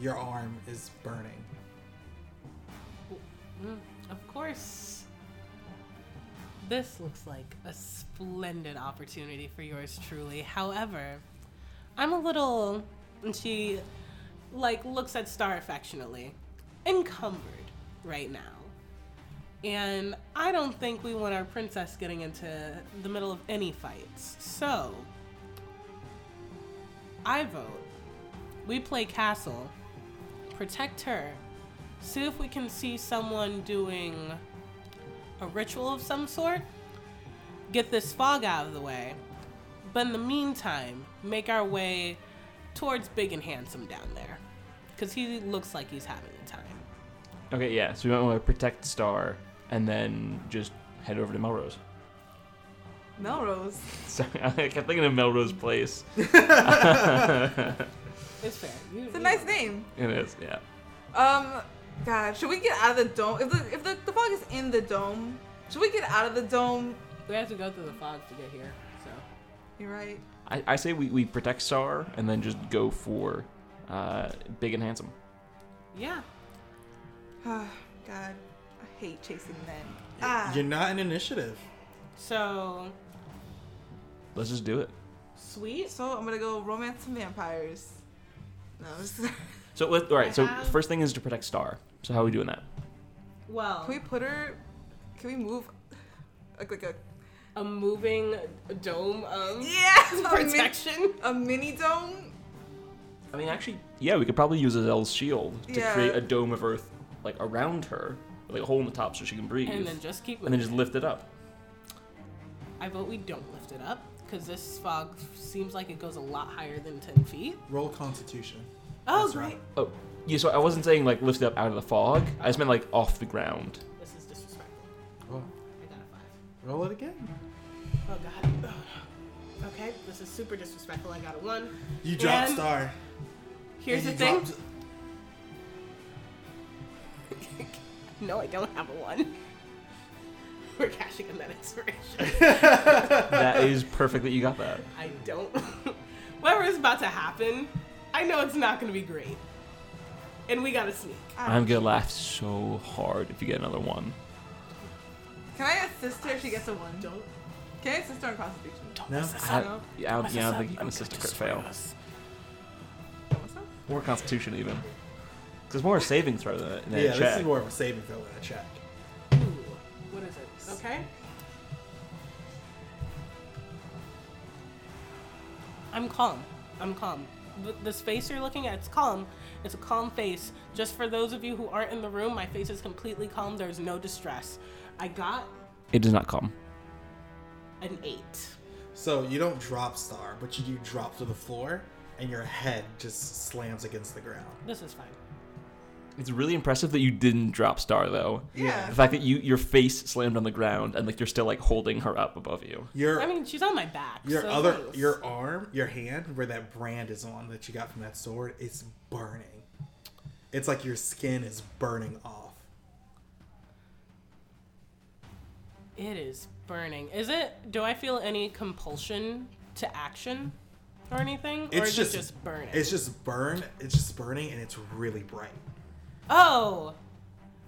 [SPEAKER 1] your arm is burning.
[SPEAKER 5] Mm, of course. This looks like a splendid opportunity for yours truly. However, I'm a little and she like looks at Star affectionately. Encumbered right now. And I don't think we want our princess getting into the middle of any fights. So I vote. We play castle. Protect her. See if we can see someone doing a ritual of some sort, get this fog out of the way, but in the meantime, make our way towards Big and Handsome down there. Because he looks like he's having a time.
[SPEAKER 3] Okay, yeah. So we might want to protect Star and then just head over to Melrose.
[SPEAKER 4] Melrose.
[SPEAKER 3] Sorry, I kept thinking of Melrose Place.
[SPEAKER 5] It's fair. You-
[SPEAKER 4] It's a
[SPEAKER 5] you
[SPEAKER 4] nice
[SPEAKER 5] know.
[SPEAKER 4] name.
[SPEAKER 3] It is, yeah.
[SPEAKER 4] Um, God, should we get out of the dome? If the if the, the fog is in the dome, should we get out of the dome?
[SPEAKER 5] We have to go through the fog to get here, so.
[SPEAKER 4] You're right.
[SPEAKER 3] I, I say we, we protect Star and then just go for uh, Big and Handsome.
[SPEAKER 5] Yeah.
[SPEAKER 4] God, I hate chasing men. Ah,
[SPEAKER 1] You're not an initiative.
[SPEAKER 5] So,
[SPEAKER 3] Let's just do it.
[SPEAKER 5] sweet.
[SPEAKER 4] so I'm gonna go romance some vampires. No, I'm just- can
[SPEAKER 3] So let, all right. So
[SPEAKER 5] have-
[SPEAKER 3] first thing is to protect Star. So how are we doing that?
[SPEAKER 5] Well,
[SPEAKER 4] we put her? Can we move? Like like a
[SPEAKER 5] a moving dome of
[SPEAKER 4] yeah, a, mini,
[SPEAKER 5] protection.
[SPEAKER 4] a mini dome.
[SPEAKER 3] I mean, actually, yeah, we could probably use Azel's shield to
[SPEAKER 4] Yeah.
[SPEAKER 3] create a dome of earth like around her, like a hole in the top so she can breathe,
[SPEAKER 5] And then just keep
[SPEAKER 3] and then just lift it up.
[SPEAKER 5] I vote we don't lift it up because this fog seems like it goes a lot higher than 10 feet.
[SPEAKER 1] Roll Constitution.
[SPEAKER 5] Oh,
[SPEAKER 1] That's
[SPEAKER 5] great.
[SPEAKER 1] right.
[SPEAKER 3] Oh, yeah. So I wasn't saying like lift it up out of the fog. I just meant like off the ground.
[SPEAKER 5] This is disrespectful.
[SPEAKER 1] Roll,
[SPEAKER 5] I got a
[SPEAKER 1] Oh. roll it again.
[SPEAKER 5] five. Oh, God. Okay, this is super disrespectful. I got a one.
[SPEAKER 1] You dropped
[SPEAKER 5] And-
[SPEAKER 1] star.
[SPEAKER 5] Here's the
[SPEAKER 1] And
[SPEAKER 5] thing.
[SPEAKER 1] you dropped-
[SPEAKER 5] No, I don't have a one. We're cashing in that inspiration.
[SPEAKER 3] that is perfect that you got that.
[SPEAKER 5] I don't. Whatever is about to happen, I know it's not going to be great. And we got to sneak.
[SPEAKER 3] I'm gonna laugh so hard if you get another one.
[SPEAKER 4] Can I assist her if she gets a one?
[SPEAKER 5] Don't.
[SPEAKER 4] Can I assist her in Constitution?
[SPEAKER 1] No,
[SPEAKER 3] I, yeah, I don't, yeah, I don't think you can assist a crit fail. Or Constitution even. Because more a saving throw than a, than a
[SPEAKER 1] yeah,
[SPEAKER 3] check.
[SPEAKER 1] this is more of a saving throw than a check.
[SPEAKER 5] Ooh, what is it? Okay. I'm calm. I'm calm. Th- This face you're looking at, it's calm. It's a calm face. Just for those of you who aren't in the room, my face is completely calm. There's no distress. I got
[SPEAKER 3] It does not come.
[SPEAKER 5] an eight.
[SPEAKER 1] So you don't drop star, but you do drop to the floor, and your head just slams against the ground.
[SPEAKER 5] This is fine.
[SPEAKER 3] It's really impressive that you didn't drop Star though.
[SPEAKER 4] Yeah.
[SPEAKER 3] The fact that you your face slammed on the ground and like you're still like holding her up above you.
[SPEAKER 1] Your
[SPEAKER 5] I mean, she's on my back.
[SPEAKER 1] your
[SPEAKER 5] so
[SPEAKER 1] other
[SPEAKER 5] thanks.
[SPEAKER 1] your arm, your hand where that brand is on that you got from that sword, it's burning. It's like your skin is burning off.
[SPEAKER 5] It is burning. Is it? Do I feel any compulsion to action or anything? or
[SPEAKER 1] It's
[SPEAKER 5] is
[SPEAKER 1] just
[SPEAKER 5] it just burning?
[SPEAKER 1] It's just burn. It's just burning, and it's really bright.
[SPEAKER 5] Oh,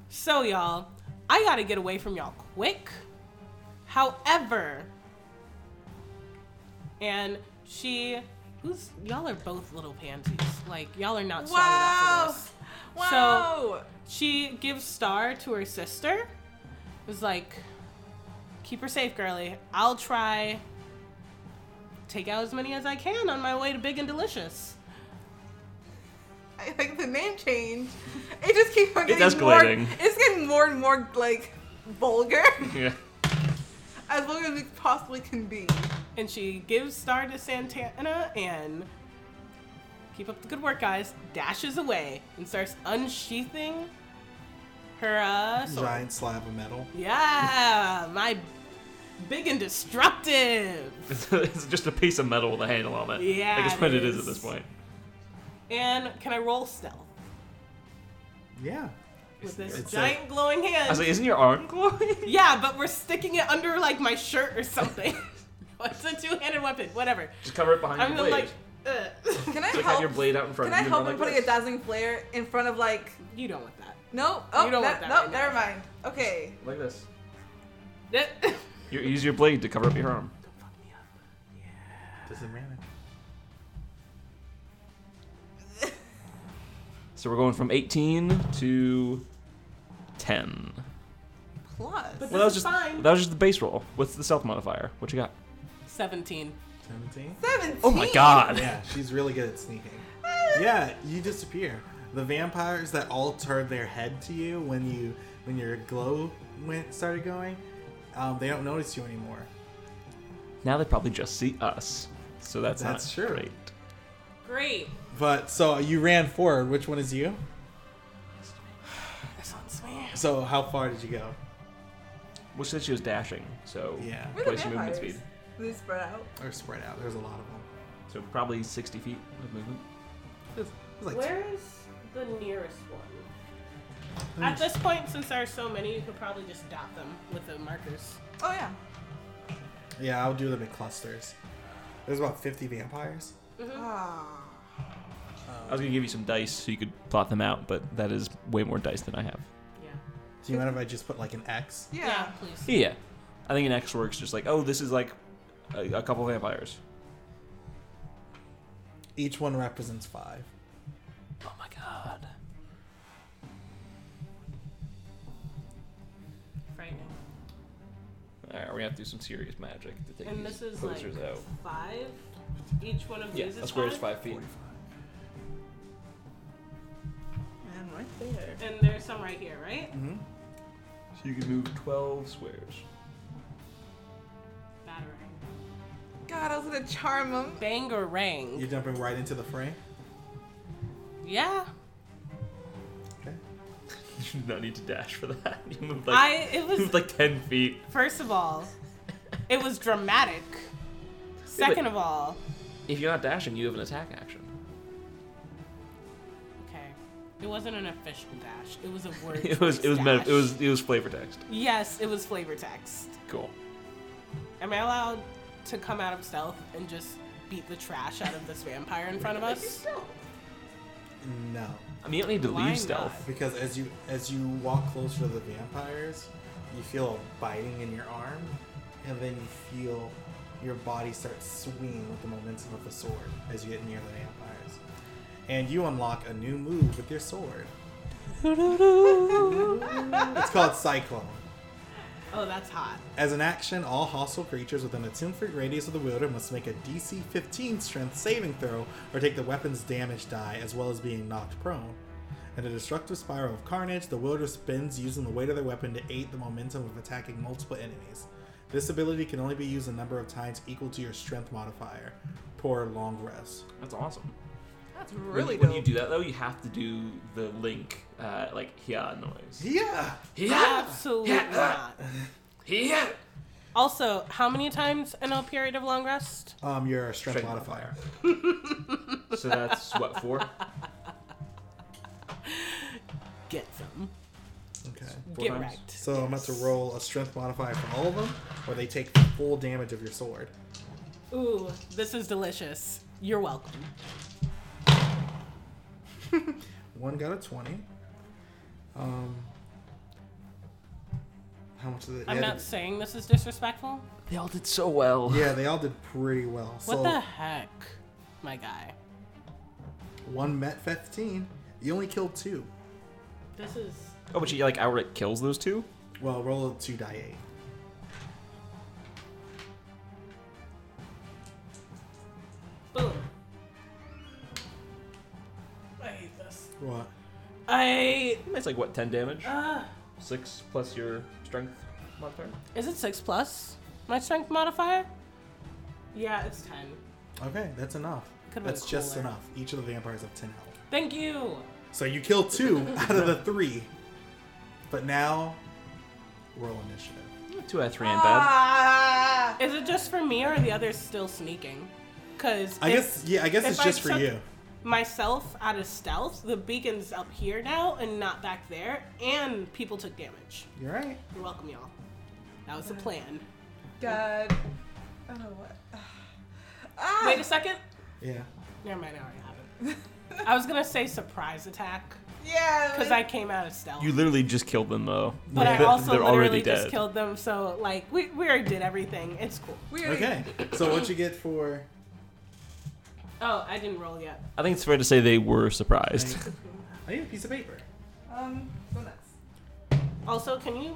[SPEAKER 5] so y'all, I gotta get away from y'all quick. However, and she, who's y'all are both little pansies. Like y'all are not strong enough for
[SPEAKER 4] Wow.
[SPEAKER 5] this.
[SPEAKER 4] Wow.
[SPEAKER 5] She gives Star to her sister. Was like, keep her safe, girlie. I'll try take out as many as I can on my way to Big and Delicious.
[SPEAKER 4] I like the name change. It just keeps on getting more.
[SPEAKER 3] escalating.
[SPEAKER 4] It's getting more and more like vulgar,
[SPEAKER 3] Yeah.
[SPEAKER 4] as vulgar as we possibly can be.
[SPEAKER 5] And she gives Star to Santana and keep up the good work, guys. Dashes away and starts unsheathing her uh, sword.
[SPEAKER 1] Giant slab of metal.
[SPEAKER 5] Yeah, my big and destructive.
[SPEAKER 3] It's, it's just a piece of metal with a handle on it.
[SPEAKER 5] Yeah,
[SPEAKER 3] Like it's
[SPEAKER 5] it
[SPEAKER 3] what it is at
[SPEAKER 5] is.
[SPEAKER 3] this point.
[SPEAKER 5] And can I roll stealth
[SPEAKER 1] Yeah.
[SPEAKER 5] with this
[SPEAKER 1] It's uh, a-
[SPEAKER 5] giant glowing
[SPEAKER 3] I was
[SPEAKER 5] hand?
[SPEAKER 3] like, isn't your arm glowing?
[SPEAKER 5] yeah, but we're sticking it under like my shirt or something. it's a two-handed weapon, whatever.
[SPEAKER 3] Just cover it behind
[SPEAKER 5] I'm
[SPEAKER 3] your
[SPEAKER 5] gonna
[SPEAKER 3] blade.
[SPEAKER 5] like, Ugh.
[SPEAKER 4] Can I
[SPEAKER 3] Just, like have
[SPEAKER 4] help?
[SPEAKER 3] your blade out in front
[SPEAKER 4] Can
[SPEAKER 3] of
[SPEAKER 4] I
[SPEAKER 3] you. and
[SPEAKER 4] help
[SPEAKER 3] go
[SPEAKER 4] in
[SPEAKER 3] like
[SPEAKER 4] putting a dazzling flare in front of like?
[SPEAKER 5] you don't want that.
[SPEAKER 4] No. Oh,
[SPEAKER 5] You don't want
[SPEAKER 4] that-
[SPEAKER 5] that
[SPEAKER 4] no.
[SPEAKER 5] right now.
[SPEAKER 4] never mind. Okay.
[SPEAKER 3] Like this.
[SPEAKER 5] That-
[SPEAKER 3] You use your blade to cover up your arm.
[SPEAKER 1] Does it matter?
[SPEAKER 3] So we're going from 18 to 10.
[SPEAKER 4] Plus.
[SPEAKER 3] Well, that
[SPEAKER 5] But
[SPEAKER 3] was
[SPEAKER 5] this
[SPEAKER 3] just
[SPEAKER 5] is fine.
[SPEAKER 3] that was just the base roll. What's the stealth modifier? What you got?
[SPEAKER 5] 17.
[SPEAKER 1] 17?
[SPEAKER 4] 17.
[SPEAKER 3] Oh my god!
[SPEAKER 1] Yeah, she's really good at sneaking. Yeah, you disappear. The vampires that all turned their head to you when you when your glow went started going, um, they don't notice you anymore.
[SPEAKER 3] Now they probably just see us. So that's
[SPEAKER 1] That's
[SPEAKER 3] not
[SPEAKER 1] true.
[SPEAKER 3] great.
[SPEAKER 5] Great.
[SPEAKER 1] But so you ran forward. Which one is you?
[SPEAKER 5] This one's me.
[SPEAKER 1] So how far did you go?
[SPEAKER 3] Well, she said she was dashing, so
[SPEAKER 1] Yeah,
[SPEAKER 4] We're the
[SPEAKER 3] Place your movement
[SPEAKER 4] vampires.
[SPEAKER 3] speed.
[SPEAKER 4] They spread out.
[SPEAKER 1] or spread out. There's a lot of them.
[SPEAKER 3] so probably 60 feet of movement.
[SPEAKER 1] There's, there's like
[SPEAKER 5] Where's the nearest one?
[SPEAKER 3] Hmm.
[SPEAKER 5] At this point, since there are so many, you could probably just dot them with the markers.
[SPEAKER 4] Oh yeah.
[SPEAKER 1] yeah, I'll do them in clusters. There's about 50 vampires.
[SPEAKER 4] Ah.
[SPEAKER 3] I was gonna give you some dice so you could plot them out, but that is way more dice than I have.
[SPEAKER 5] Yeah.
[SPEAKER 1] Do you mind if I just put like an X?
[SPEAKER 4] Yeah.
[SPEAKER 5] please.
[SPEAKER 3] Yeah, I think an X works just like oh, this is like a, a couple vampires.
[SPEAKER 1] Each one represents five.
[SPEAKER 3] Oh my god.
[SPEAKER 5] Frightening.
[SPEAKER 3] All right, we have to do some serious magic to take
[SPEAKER 5] And
[SPEAKER 3] these
[SPEAKER 5] this is like
[SPEAKER 3] posters out.
[SPEAKER 5] five. Each one of
[SPEAKER 3] Yeah,
[SPEAKER 5] these
[SPEAKER 3] a
[SPEAKER 5] is
[SPEAKER 3] square
[SPEAKER 5] five.
[SPEAKER 3] is five feet.
[SPEAKER 4] And right there.
[SPEAKER 5] And there's some right here, right?
[SPEAKER 1] Mm-hmm.
[SPEAKER 3] So you can move 12 squares.
[SPEAKER 5] Batarang.
[SPEAKER 4] God, I was gonna charm him.
[SPEAKER 5] Bangarang.
[SPEAKER 1] You're jumping right into the fray.
[SPEAKER 5] Yeah.
[SPEAKER 1] Okay.
[SPEAKER 3] You do not need to dash for that. You moved
[SPEAKER 5] I.
[SPEAKER 3] like,
[SPEAKER 5] It
[SPEAKER 3] you
[SPEAKER 5] was
[SPEAKER 3] moved like 10 feet.
[SPEAKER 5] First of all, it was dramatic. Second of all,
[SPEAKER 3] If you're not dashing, you have an attack action.
[SPEAKER 5] okay, it wasn't an official dash. It was a word.
[SPEAKER 3] It was
[SPEAKER 5] choice
[SPEAKER 3] it was meta-
[SPEAKER 5] dash.
[SPEAKER 3] it was it was flavor text.
[SPEAKER 5] Yes, it was flavor text.
[SPEAKER 3] Cool.
[SPEAKER 5] Am I allowed to come out of stealth and just beat the trash out of this vampire in front of us?
[SPEAKER 1] No,
[SPEAKER 3] I mean, you don't need to
[SPEAKER 5] Why
[SPEAKER 3] leave
[SPEAKER 5] not?
[SPEAKER 3] stealth.
[SPEAKER 1] because as you as you walk closer to the vampires, you feel a biting in your arm, and then you feel your body start swinging with the momentum of the sword as you get near the vampires, and you unlock a new move with your sword. it's called Cyclone.
[SPEAKER 5] Oh, that's hot.
[SPEAKER 1] As an action, all hostile creatures within a 10 foot radius of the wielder must make a DC 15 strength saving throw or take the weapon's damage die as well as being knocked prone. In a destructive spiral of carnage, the wielder spins using the weight of their weapon to aid the momentum of attacking multiple enemies. This ability can only be used a number of times equal to your strength modifier per long rest.
[SPEAKER 3] That's awesome.
[SPEAKER 4] That's
[SPEAKER 3] When-
[SPEAKER 4] really
[SPEAKER 3] when,
[SPEAKER 4] dope.
[SPEAKER 3] you do that though, you have to do the link uh, like yeah noise.
[SPEAKER 1] Yeah!
[SPEAKER 3] Yeah,
[SPEAKER 5] Absolutely not.
[SPEAKER 3] yeah.
[SPEAKER 5] Also, how many times in a period of long rest?
[SPEAKER 1] Um, your strength,
[SPEAKER 3] Strength
[SPEAKER 1] modifier.
[SPEAKER 3] So that's what four?
[SPEAKER 5] Get some.
[SPEAKER 1] Okay.
[SPEAKER 3] Four
[SPEAKER 5] Get
[SPEAKER 3] times?
[SPEAKER 5] wrecked.
[SPEAKER 1] So I'm about to roll a strength modifier for all of them, or they take full damage of your sword.
[SPEAKER 5] Ooh, this is delicious. You're welcome.
[SPEAKER 1] One got a twenty. Um, how much did they?
[SPEAKER 5] I'm
[SPEAKER 1] yeah,
[SPEAKER 5] not
[SPEAKER 1] they-
[SPEAKER 5] saying this is disrespectful.
[SPEAKER 3] They all did so well.
[SPEAKER 1] yeah, they all did pretty well.
[SPEAKER 5] What
[SPEAKER 1] so
[SPEAKER 5] the heck, my guy?
[SPEAKER 1] one met fifteen. You only killed two.
[SPEAKER 5] This is
[SPEAKER 3] Oh, but she like outright kills those two.
[SPEAKER 1] Well, roll a two die eight.
[SPEAKER 5] boom. I hate this.
[SPEAKER 1] What?
[SPEAKER 5] I
[SPEAKER 3] That's like what ten damage?
[SPEAKER 5] uh,
[SPEAKER 3] Six plus your strength modifier.
[SPEAKER 5] is it six plus my strength modifier? Yeah, it's ten.
[SPEAKER 1] Okay, that's enough.
[SPEAKER 5] Could've been
[SPEAKER 1] that's just
[SPEAKER 5] cooler.
[SPEAKER 1] enough. Each of the vampires have ten health.
[SPEAKER 5] Thank you.
[SPEAKER 1] So you killed two out of the three. But now, roll initiative.
[SPEAKER 3] Two out of three ain't bad.
[SPEAKER 4] Ah.
[SPEAKER 5] Is it just for me or are the others still sneaking? Cause
[SPEAKER 1] I
[SPEAKER 5] if
[SPEAKER 1] guess yeah. I guess
[SPEAKER 5] if
[SPEAKER 1] it's
[SPEAKER 5] I
[SPEAKER 1] just for
[SPEAKER 5] took-
[SPEAKER 1] you.
[SPEAKER 5] myself out of stealth, the beacon's up here now and not back there, and people took damage.
[SPEAKER 1] You're right.
[SPEAKER 5] You're welcome, y'all. That was the plan.
[SPEAKER 4] God. I don't know what. Ah.
[SPEAKER 5] Wait a second.
[SPEAKER 1] Yeah.
[SPEAKER 5] Never mind, I already have it. I was gonna say surprise attack,
[SPEAKER 4] Yeah.
[SPEAKER 5] because I came out of stealth.
[SPEAKER 3] You literally just killed them though.
[SPEAKER 5] but I
[SPEAKER 3] They're-
[SPEAKER 5] also
[SPEAKER 3] they're
[SPEAKER 5] literally
[SPEAKER 3] already
[SPEAKER 5] just
[SPEAKER 3] dead.
[SPEAKER 5] killed them, so like we, we already did everything. It's cool.
[SPEAKER 4] Weird.
[SPEAKER 1] Okay. So what you get for?
[SPEAKER 5] Oh, I didn't roll yet.
[SPEAKER 3] I think it's fair to say they were surprised.
[SPEAKER 1] I need a piece of paper.
[SPEAKER 4] Um, go nuts.
[SPEAKER 5] Also, can you?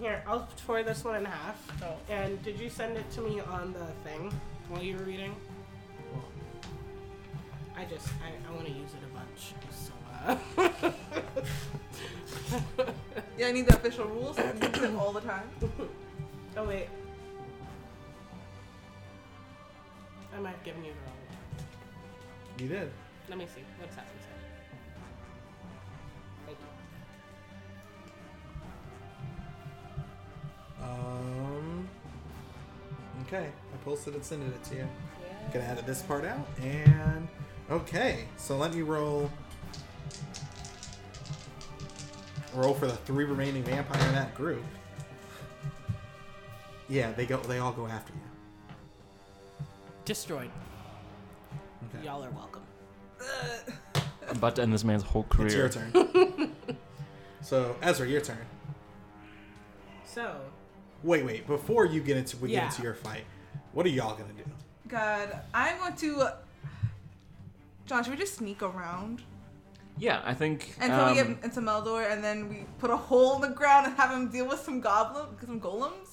[SPEAKER 5] Here, I'll tore this one in half. Oh. And did you send it to me on the thing while you were reading? I just I, I want to use it a bunch. So. Uh...
[SPEAKER 4] Yeah, I need the official rules. I use them all the time.
[SPEAKER 5] oh wait. I might have given you the wrong one.
[SPEAKER 1] You did.
[SPEAKER 5] Let me see. What's that one say? Thank you.
[SPEAKER 1] Um. Okay. I posted and sent it to you. Gonna edit this part out and okay. So let me roll. Roll for the three remaining vampire in that group. Yeah, they go. They all go after you.
[SPEAKER 5] Destroyed.
[SPEAKER 1] Okay.
[SPEAKER 5] Y'all are welcome.
[SPEAKER 4] Ugh.
[SPEAKER 3] I'm about to end this man's whole career.
[SPEAKER 1] It's your turn. so Ezra, your turn.
[SPEAKER 5] So,
[SPEAKER 1] Wait, wait. Before you get into we
[SPEAKER 5] Yeah.
[SPEAKER 1] get into your fight, what are y'all gonna do?
[SPEAKER 4] God, I'm going to. John, should we just sneak around
[SPEAKER 3] Yeah, I think.
[SPEAKER 4] until we
[SPEAKER 3] um,
[SPEAKER 4] get into Meldor, and then we put a hole in the ground and have him deal with some goblin, some golems?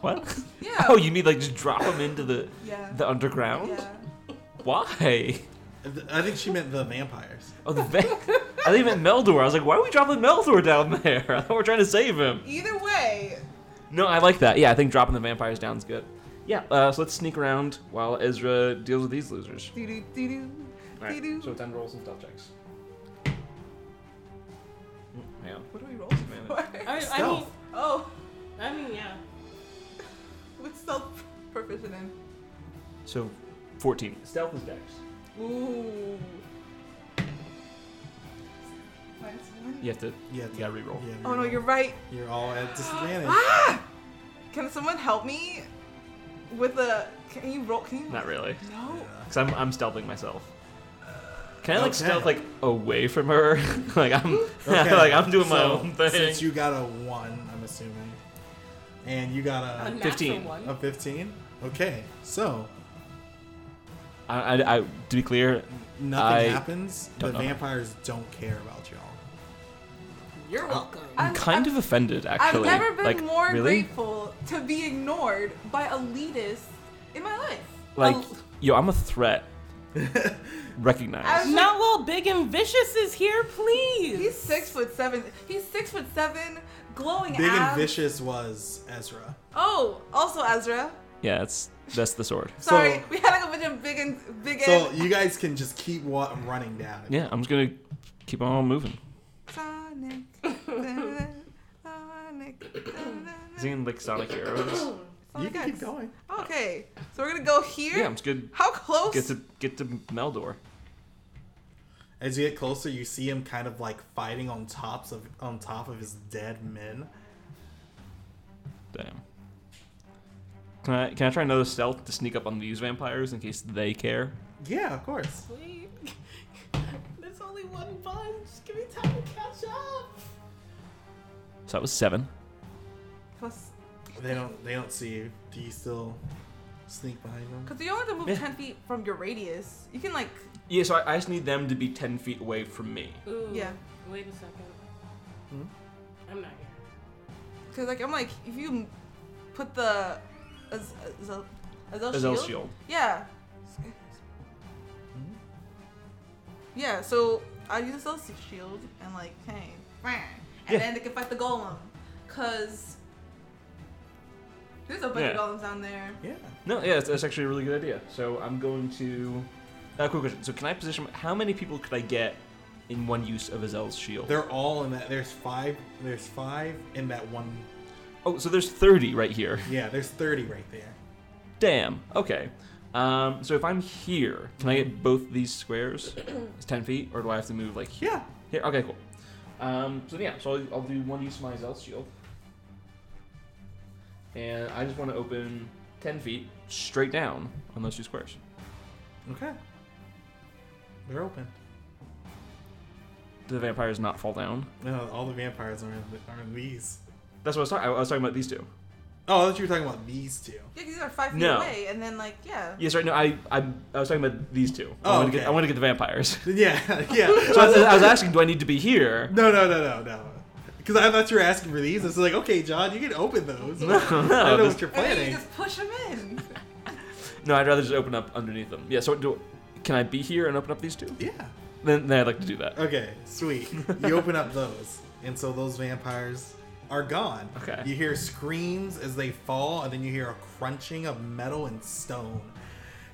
[SPEAKER 3] What?
[SPEAKER 4] Yeah.
[SPEAKER 3] Oh, you mean like just drop them into the
[SPEAKER 4] Yeah.
[SPEAKER 3] the underground?
[SPEAKER 4] yeah.
[SPEAKER 3] Why?
[SPEAKER 1] I think she meant the vampires.
[SPEAKER 3] Oh, the va- I think it meant Meldor. I was like, why are we dropping Meldor down there? I thought we're trying to save him.
[SPEAKER 4] Either way,
[SPEAKER 3] No, I like that. Yeah, I think dropping the vampires down is good. Yeah, uh, so let's sneak around while Ezra deals with these losers.
[SPEAKER 4] doo doo doo doo
[SPEAKER 3] Alright,
[SPEAKER 4] doo
[SPEAKER 3] so
[SPEAKER 4] doo.
[SPEAKER 3] it's on rolls and stealth checks. Mm, Hang on.
[SPEAKER 4] What do we roll
[SPEAKER 3] Man.
[SPEAKER 4] for?
[SPEAKER 5] I, I mean,
[SPEAKER 1] Stealth.
[SPEAKER 4] Oh,
[SPEAKER 5] I mean, yeah.
[SPEAKER 4] with self proficient in.
[SPEAKER 3] So, 14. Stealth is dex.
[SPEAKER 4] Ooh. Minus one.
[SPEAKER 3] You have to,
[SPEAKER 1] Yeah.
[SPEAKER 3] you gotta re-roll.
[SPEAKER 1] yeah,
[SPEAKER 4] Oh no,
[SPEAKER 1] re-roll.
[SPEAKER 4] you're right.
[SPEAKER 1] You're all at disadvantage.
[SPEAKER 4] Ah! Can someone help me with the? Can you roll? Can you?
[SPEAKER 3] Not really.
[SPEAKER 4] No.
[SPEAKER 3] Because I'm, I'm stealthing myself. Can I like
[SPEAKER 1] Okay.
[SPEAKER 3] stealth like away from her? like I'm
[SPEAKER 1] Okay,
[SPEAKER 3] like I'm doing my
[SPEAKER 1] so,
[SPEAKER 3] own thing.
[SPEAKER 1] Since you got a one, I'm assuming, and you got
[SPEAKER 5] A
[SPEAKER 1] a
[SPEAKER 5] natural
[SPEAKER 3] 15.
[SPEAKER 5] one.
[SPEAKER 1] a Uh, fifteen. Oh. Okay, so
[SPEAKER 3] I, I, I, to be clear,
[SPEAKER 1] nothing
[SPEAKER 3] I-
[SPEAKER 1] happens. The
[SPEAKER 3] don't know.
[SPEAKER 1] vampires don't care about y'all.
[SPEAKER 5] You're welcome.
[SPEAKER 3] I'm,
[SPEAKER 4] I'm-
[SPEAKER 3] kind
[SPEAKER 4] I'm-
[SPEAKER 3] of offended
[SPEAKER 4] I've
[SPEAKER 3] actually.
[SPEAKER 4] never been
[SPEAKER 3] like,
[SPEAKER 4] more
[SPEAKER 3] really?
[SPEAKER 4] grateful to be ignored by elitists in my life.
[SPEAKER 3] Like,
[SPEAKER 5] Oh.
[SPEAKER 3] yo, I'm a threat.
[SPEAKER 4] I'm-
[SPEAKER 3] Recognize.
[SPEAKER 5] Not while Big and Vicious is here, please.
[SPEAKER 4] He's six foot seven. He's six foot seven, glowing
[SPEAKER 1] Big and
[SPEAKER 4] abs.
[SPEAKER 1] vicious was Ezra.
[SPEAKER 4] Oh, also Ezra.
[SPEAKER 3] Yeah, that's that's the sword.
[SPEAKER 4] Sorry,
[SPEAKER 1] So-
[SPEAKER 4] we had like a bunch of big and big
[SPEAKER 1] So
[SPEAKER 4] and.
[SPEAKER 1] you guys can just keep what I'm running down.
[SPEAKER 3] Yeah, I'm just gonna keep on moving.
[SPEAKER 4] Sonic. Sonic.
[SPEAKER 3] Singing like Sonic Heroes.
[SPEAKER 1] you
[SPEAKER 4] Sonic
[SPEAKER 1] can keep
[SPEAKER 4] X.
[SPEAKER 1] going.
[SPEAKER 4] Okay, so we're gonna go here.
[SPEAKER 3] yeah, I'm just gonna
[SPEAKER 4] How close?
[SPEAKER 3] get to get to Meldor.
[SPEAKER 1] As you get closer, you see him kind of like fighting on tops of on top of his dead men.
[SPEAKER 3] Damn. Can I can I try another stealth to sneak up on these vampires in case they care?
[SPEAKER 1] Yeah, of course.
[SPEAKER 5] Wait. There's only one bunch. Give me time to catch up.
[SPEAKER 3] So that was seven.
[SPEAKER 4] Plus,
[SPEAKER 1] They don't they don't see you. Do you still sneak behind them?
[SPEAKER 4] because you only have to move
[SPEAKER 3] Yeah.
[SPEAKER 4] ten feet from your radius. You can like,
[SPEAKER 3] Yeah, so I, I just need them to be ten feet away from me.
[SPEAKER 5] Ooh.
[SPEAKER 4] yeah,
[SPEAKER 5] Wait a second.
[SPEAKER 1] Hmm?
[SPEAKER 5] I'm not here.
[SPEAKER 4] because like I'm like, if you put the Az- Az- Azel,
[SPEAKER 3] Azel's shield. Mm-hmm.
[SPEAKER 4] yeah, yeah. So I use Azel's shield and like, hey, and
[SPEAKER 3] Yeah.
[SPEAKER 4] then they can fight the golem, cause there's a bunch
[SPEAKER 3] Yeah.
[SPEAKER 4] of golems down there.
[SPEAKER 1] Yeah.
[SPEAKER 3] No, yeah, that's, that's actually a really good idea. So I'm going to. Uh, quick question. So can I position? How many people could I get in one use of Azel's shield?
[SPEAKER 1] They're all in that there's five there's five in that one
[SPEAKER 3] oh, so there's thirty right here.
[SPEAKER 1] yeah, there's thirty right there.
[SPEAKER 3] Damn. Okay. Um, so if I'm here, can I get both these squares? it's ten feet, or do I have to move like here?
[SPEAKER 1] Yeah.
[SPEAKER 3] Here. Okay. Cool. Um, so yeah. So I'll, I'll do one use of my Azel's shield, and I just want to open ten feet straight down on those two squares.
[SPEAKER 1] Okay. They're open.
[SPEAKER 3] Do the vampires not fall down?
[SPEAKER 1] No, all the vampires are in, are in these.
[SPEAKER 3] That's what I was talking. I was talking about these two.
[SPEAKER 1] Oh, I thought you were talking about these two.
[SPEAKER 4] Yeah, 'cause these are five feet
[SPEAKER 3] No.
[SPEAKER 4] away, and then like yeah.
[SPEAKER 3] Yes, right. No, I I, I was talking about these two. I
[SPEAKER 1] Oh,
[SPEAKER 3] wanted to
[SPEAKER 1] okay.
[SPEAKER 3] get I wanted to get the vampires.
[SPEAKER 1] Yeah, yeah.
[SPEAKER 3] So I was, I was asking, do I need to be here?
[SPEAKER 1] No, no, no, no, no. Because I thought you were asking for these. It's like, okay, John, you can open those.
[SPEAKER 3] No,
[SPEAKER 1] I
[SPEAKER 3] no,
[SPEAKER 1] don't know
[SPEAKER 3] this-
[SPEAKER 1] what you're
[SPEAKER 4] And then
[SPEAKER 1] planning.
[SPEAKER 4] you just push them in.
[SPEAKER 3] no. I'd rather just open up underneath them. Yeah. So do can I be here and open up these two?
[SPEAKER 1] Yeah.
[SPEAKER 3] Then then I'd like to do that.
[SPEAKER 1] Okay, sweet. You open up those, and so those vampires are gone.
[SPEAKER 3] Okay.
[SPEAKER 1] You hear screams as they fall, and then you hear a crunching of metal and stone,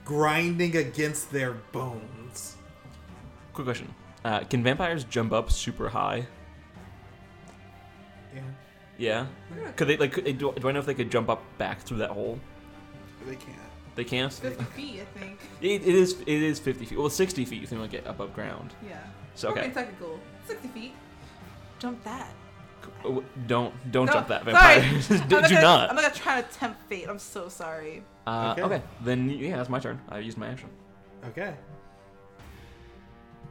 [SPEAKER 1] grinding against their bones.
[SPEAKER 3] Quick question. Uh, can vampires jump up super high?
[SPEAKER 1] Yeah.
[SPEAKER 3] Yeah. Could they like? Could they, do, do I know if they could jump up back through that hole?
[SPEAKER 2] They can't.
[SPEAKER 3] They can't. It,
[SPEAKER 4] Fifty feet, I think.
[SPEAKER 3] it is. It is fifty feet. Well, sixty feet. You think like get above ground.
[SPEAKER 4] Yeah.
[SPEAKER 3] So okay.
[SPEAKER 4] technical. Sixty feet. Jump that.
[SPEAKER 3] Oh, Don't don't
[SPEAKER 4] No,
[SPEAKER 3] jump that
[SPEAKER 4] sorry.
[SPEAKER 3] vampire.
[SPEAKER 4] I'm
[SPEAKER 3] do do
[SPEAKER 4] gonna,
[SPEAKER 3] not.
[SPEAKER 4] I'm not gonna try to tempt fate. I'm so sorry.
[SPEAKER 3] Uh,
[SPEAKER 1] Okay.
[SPEAKER 3] okay. Then yeah, that's my turn. I used my action.
[SPEAKER 1] Okay.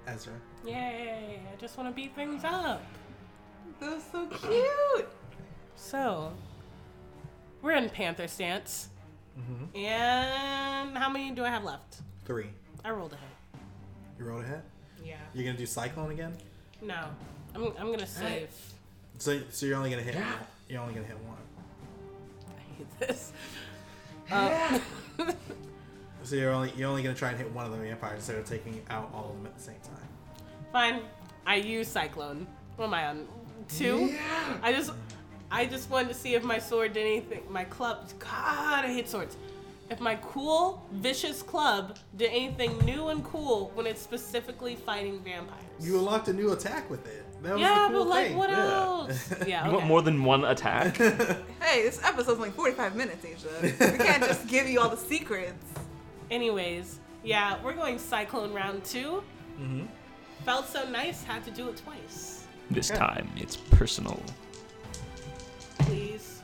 [SPEAKER 1] Ezra.
[SPEAKER 5] Yay! I just want to beat things up.
[SPEAKER 4] That was so cute.
[SPEAKER 5] So, we're in panther stance. Mm-hmm. And how many do I have left?
[SPEAKER 1] Three.
[SPEAKER 5] I rolled a hit.
[SPEAKER 1] You rolled a hit.
[SPEAKER 5] Yeah.
[SPEAKER 1] You're gonna do cyclone again.
[SPEAKER 5] No, I'm, I'm gonna save.
[SPEAKER 1] So, so you're only gonna hit. One. You're only gonna hit one.
[SPEAKER 5] I hate this.
[SPEAKER 1] So you're only you're only gonna try and hit one of the vampires instead of taking out all of them at the same time.
[SPEAKER 5] Fine. I use cyclone. What am I on? Two. I just, I just wanted to see if my sword did anything. My club. God, I hate swords. If my cool, vicious club did anything new and cool when it's specifically fighting vampires.
[SPEAKER 1] You unlocked a new attack with it. That was
[SPEAKER 5] yeah,
[SPEAKER 1] the cool
[SPEAKER 5] but like,
[SPEAKER 1] thing.
[SPEAKER 5] what
[SPEAKER 3] Yeah.
[SPEAKER 5] else? Yeah.
[SPEAKER 3] You want
[SPEAKER 5] okay.
[SPEAKER 3] more than one attack?
[SPEAKER 4] Hey, this episode's only 45 minutes, Asia. We can't just give you all the secrets.
[SPEAKER 5] Anyways, yeah, we're going cyclone round 2 Mm-hmm. Felt so nice, had to do it twice.
[SPEAKER 3] this time it's personal.
[SPEAKER 5] Please.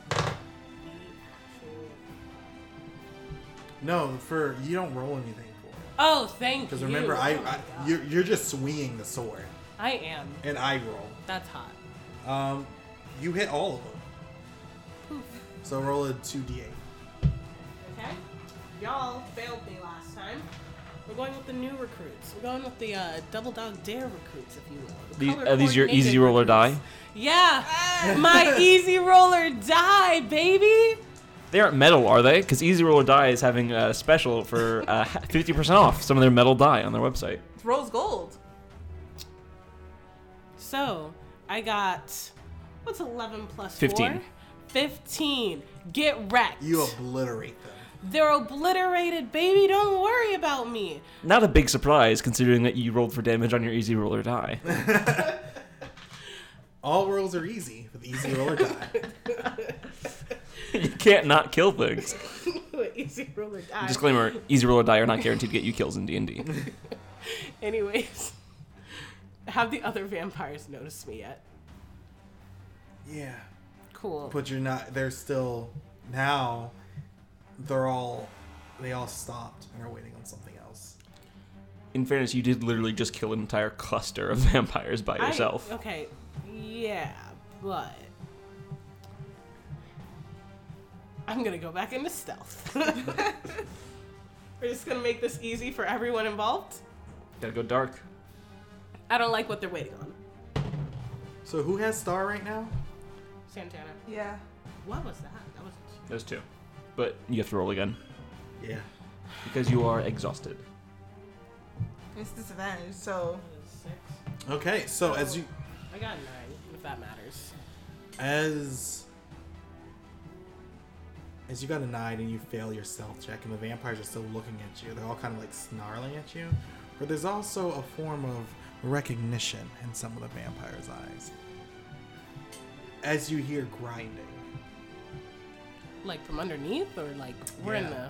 [SPEAKER 1] No, for you don't roll anything for it.
[SPEAKER 5] Oh, thank you.
[SPEAKER 1] Because remember, I,
[SPEAKER 5] Oh my
[SPEAKER 1] I
[SPEAKER 5] God.
[SPEAKER 1] you're, you're just swinging the sword,
[SPEAKER 5] I am.
[SPEAKER 1] and I roll.
[SPEAKER 5] That's hot.
[SPEAKER 1] Um, you hit all of them. So roll a two d8.
[SPEAKER 5] Okay. Y'all failed me last time. We're going with the new recruits. We're going with the uh, double dog dare recruits, if you will.
[SPEAKER 3] These,
[SPEAKER 5] Color
[SPEAKER 3] are uh, these your
[SPEAKER 5] coordinated
[SPEAKER 3] easy roll or die?
[SPEAKER 5] recruits.
[SPEAKER 1] Ah.
[SPEAKER 5] Yeah, my easy roller die, baby.
[SPEAKER 3] They aren't metal, are they? Because easy roll or die is having a special for uh, fifty percent off some of their metal die on their website.
[SPEAKER 4] It's rose gold.
[SPEAKER 5] So I got what's eleven plus
[SPEAKER 3] 15.
[SPEAKER 5] four? Fifteen. Get wrecked.
[SPEAKER 1] You obliterate them.
[SPEAKER 5] They're obliterated, baby. Don't worry about me.
[SPEAKER 3] Not a big surprise considering that you rolled for damage on your easy roll or die.
[SPEAKER 1] All rolls are easy with easy roll or die.
[SPEAKER 3] you can't not kill things.
[SPEAKER 5] Easy roller die.
[SPEAKER 3] Disclaimer: Easy roll or die are not guaranteed to get you kills in D and D.
[SPEAKER 5] Anyways, have the other vampires noticed me yet?
[SPEAKER 1] yeah,
[SPEAKER 5] Cool.
[SPEAKER 1] but you're not. They're still now. They're all. They all stopped and are waiting on something else.
[SPEAKER 3] In fairness, you did literally just kill an entire cluster of vampires by
[SPEAKER 5] I- Oh.
[SPEAKER 3] yourself.
[SPEAKER 5] okay. Yeah, but I'm gonna go back into stealth. We're just gonna make this easy for everyone involved.
[SPEAKER 3] Gotta go dark.
[SPEAKER 5] I don't like what they're waiting on.
[SPEAKER 1] So who has star right now?
[SPEAKER 5] Santana.
[SPEAKER 4] Yeah.
[SPEAKER 5] What was that? That was
[SPEAKER 3] Those two, but you have to roll again
[SPEAKER 1] Yeah.
[SPEAKER 3] because you are exhausted.
[SPEAKER 4] It's disadvantage, so.
[SPEAKER 5] six.
[SPEAKER 1] Okay, so as you
[SPEAKER 5] I got nine, if that matters.
[SPEAKER 1] as as you got a nine and you fail your stealth check and the vampires are still looking at you they're all kind of like snarling at you but there's also a form of recognition in some of the vampires eyes as you hear grinding
[SPEAKER 5] Like from underneath, or like we're in
[SPEAKER 1] Yeah.
[SPEAKER 5] the.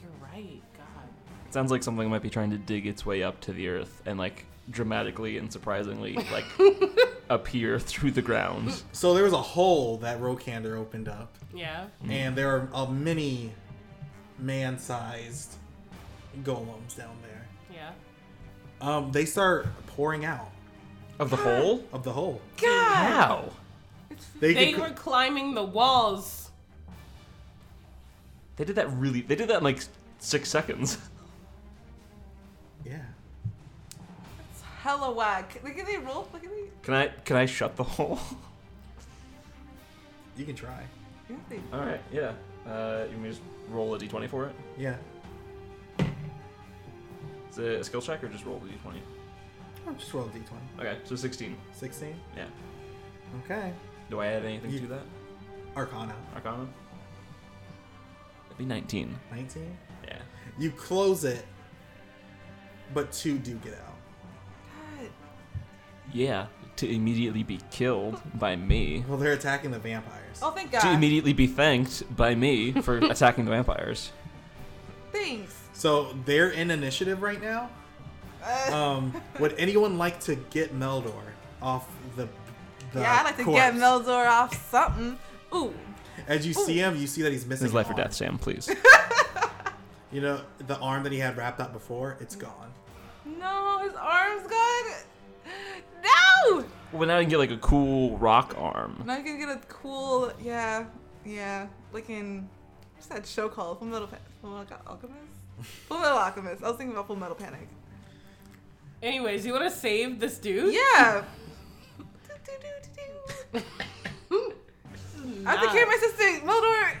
[SPEAKER 5] You're right. God.
[SPEAKER 3] Sounds like something might be trying to dig its way up to the earth and like dramatically and surprisingly like appear through the ground.
[SPEAKER 1] so there was a hole that rokander opened up
[SPEAKER 5] Yeah.
[SPEAKER 1] and there are a mini man-sized golems down there.
[SPEAKER 5] Yeah.
[SPEAKER 1] Um, they start pouring out
[SPEAKER 3] Of the hole?
[SPEAKER 1] of the hole.
[SPEAKER 4] God.
[SPEAKER 3] How?
[SPEAKER 1] They,
[SPEAKER 5] They
[SPEAKER 1] could-
[SPEAKER 5] were climbing the walls.
[SPEAKER 3] They did that really. They did that in like s- six seconds.
[SPEAKER 1] yeah.
[SPEAKER 4] It's hella whack. Look at they roll. Look at they.
[SPEAKER 3] Can I? Can I shut the hole?
[SPEAKER 1] You can try.
[SPEAKER 4] Yeah, they
[SPEAKER 3] All right. Yeah. Uh, you can just roll a d20 for it.
[SPEAKER 1] Yeah.
[SPEAKER 3] Is it a skill check or just roll the d20?
[SPEAKER 1] Oh, just roll a d20.
[SPEAKER 3] Okay, so 16.
[SPEAKER 1] 16?
[SPEAKER 3] Yeah.
[SPEAKER 1] Okay.
[SPEAKER 3] Do I add anything
[SPEAKER 1] You-
[SPEAKER 3] to that?
[SPEAKER 1] Arcana.
[SPEAKER 3] Arcana? That'd be 19.
[SPEAKER 1] 19?
[SPEAKER 3] Yeah.
[SPEAKER 1] You close it, but two do get out.
[SPEAKER 4] God.
[SPEAKER 3] Yeah. To immediately be killed by me.
[SPEAKER 1] Well, they're attacking the vampires.
[SPEAKER 4] Oh, thank God.
[SPEAKER 3] To immediately be thanked by me for attacking the vampires.
[SPEAKER 4] Thanks.
[SPEAKER 1] So they're in initiative right now.
[SPEAKER 4] Uh,
[SPEAKER 1] Um, would anyone like to get Meldor off the? the
[SPEAKER 4] yeah, I'd like to get
[SPEAKER 1] corpse?
[SPEAKER 4] Meldor off something. Ooh.
[SPEAKER 1] As you see him, you see that he's missing
[SPEAKER 3] This is life
[SPEAKER 1] an
[SPEAKER 3] or
[SPEAKER 1] arm.
[SPEAKER 3] death, Sam, please.
[SPEAKER 1] You know the arm that he had wrapped up before, it's gone.
[SPEAKER 4] No, his arm's gone. No!
[SPEAKER 3] well, now you can get like a cool rock arm.
[SPEAKER 4] Now you can get a cool, yeah, yeah, like in, what's that show called? Full Metal, pa- Full Metal Alchemist? Full Metal Alchemist. I was thinking about Full Metal Panic.
[SPEAKER 5] Anyways, you want to save this dude?
[SPEAKER 4] Yeah. Do-do-do-do-do. I have to carry my sister, Meldor.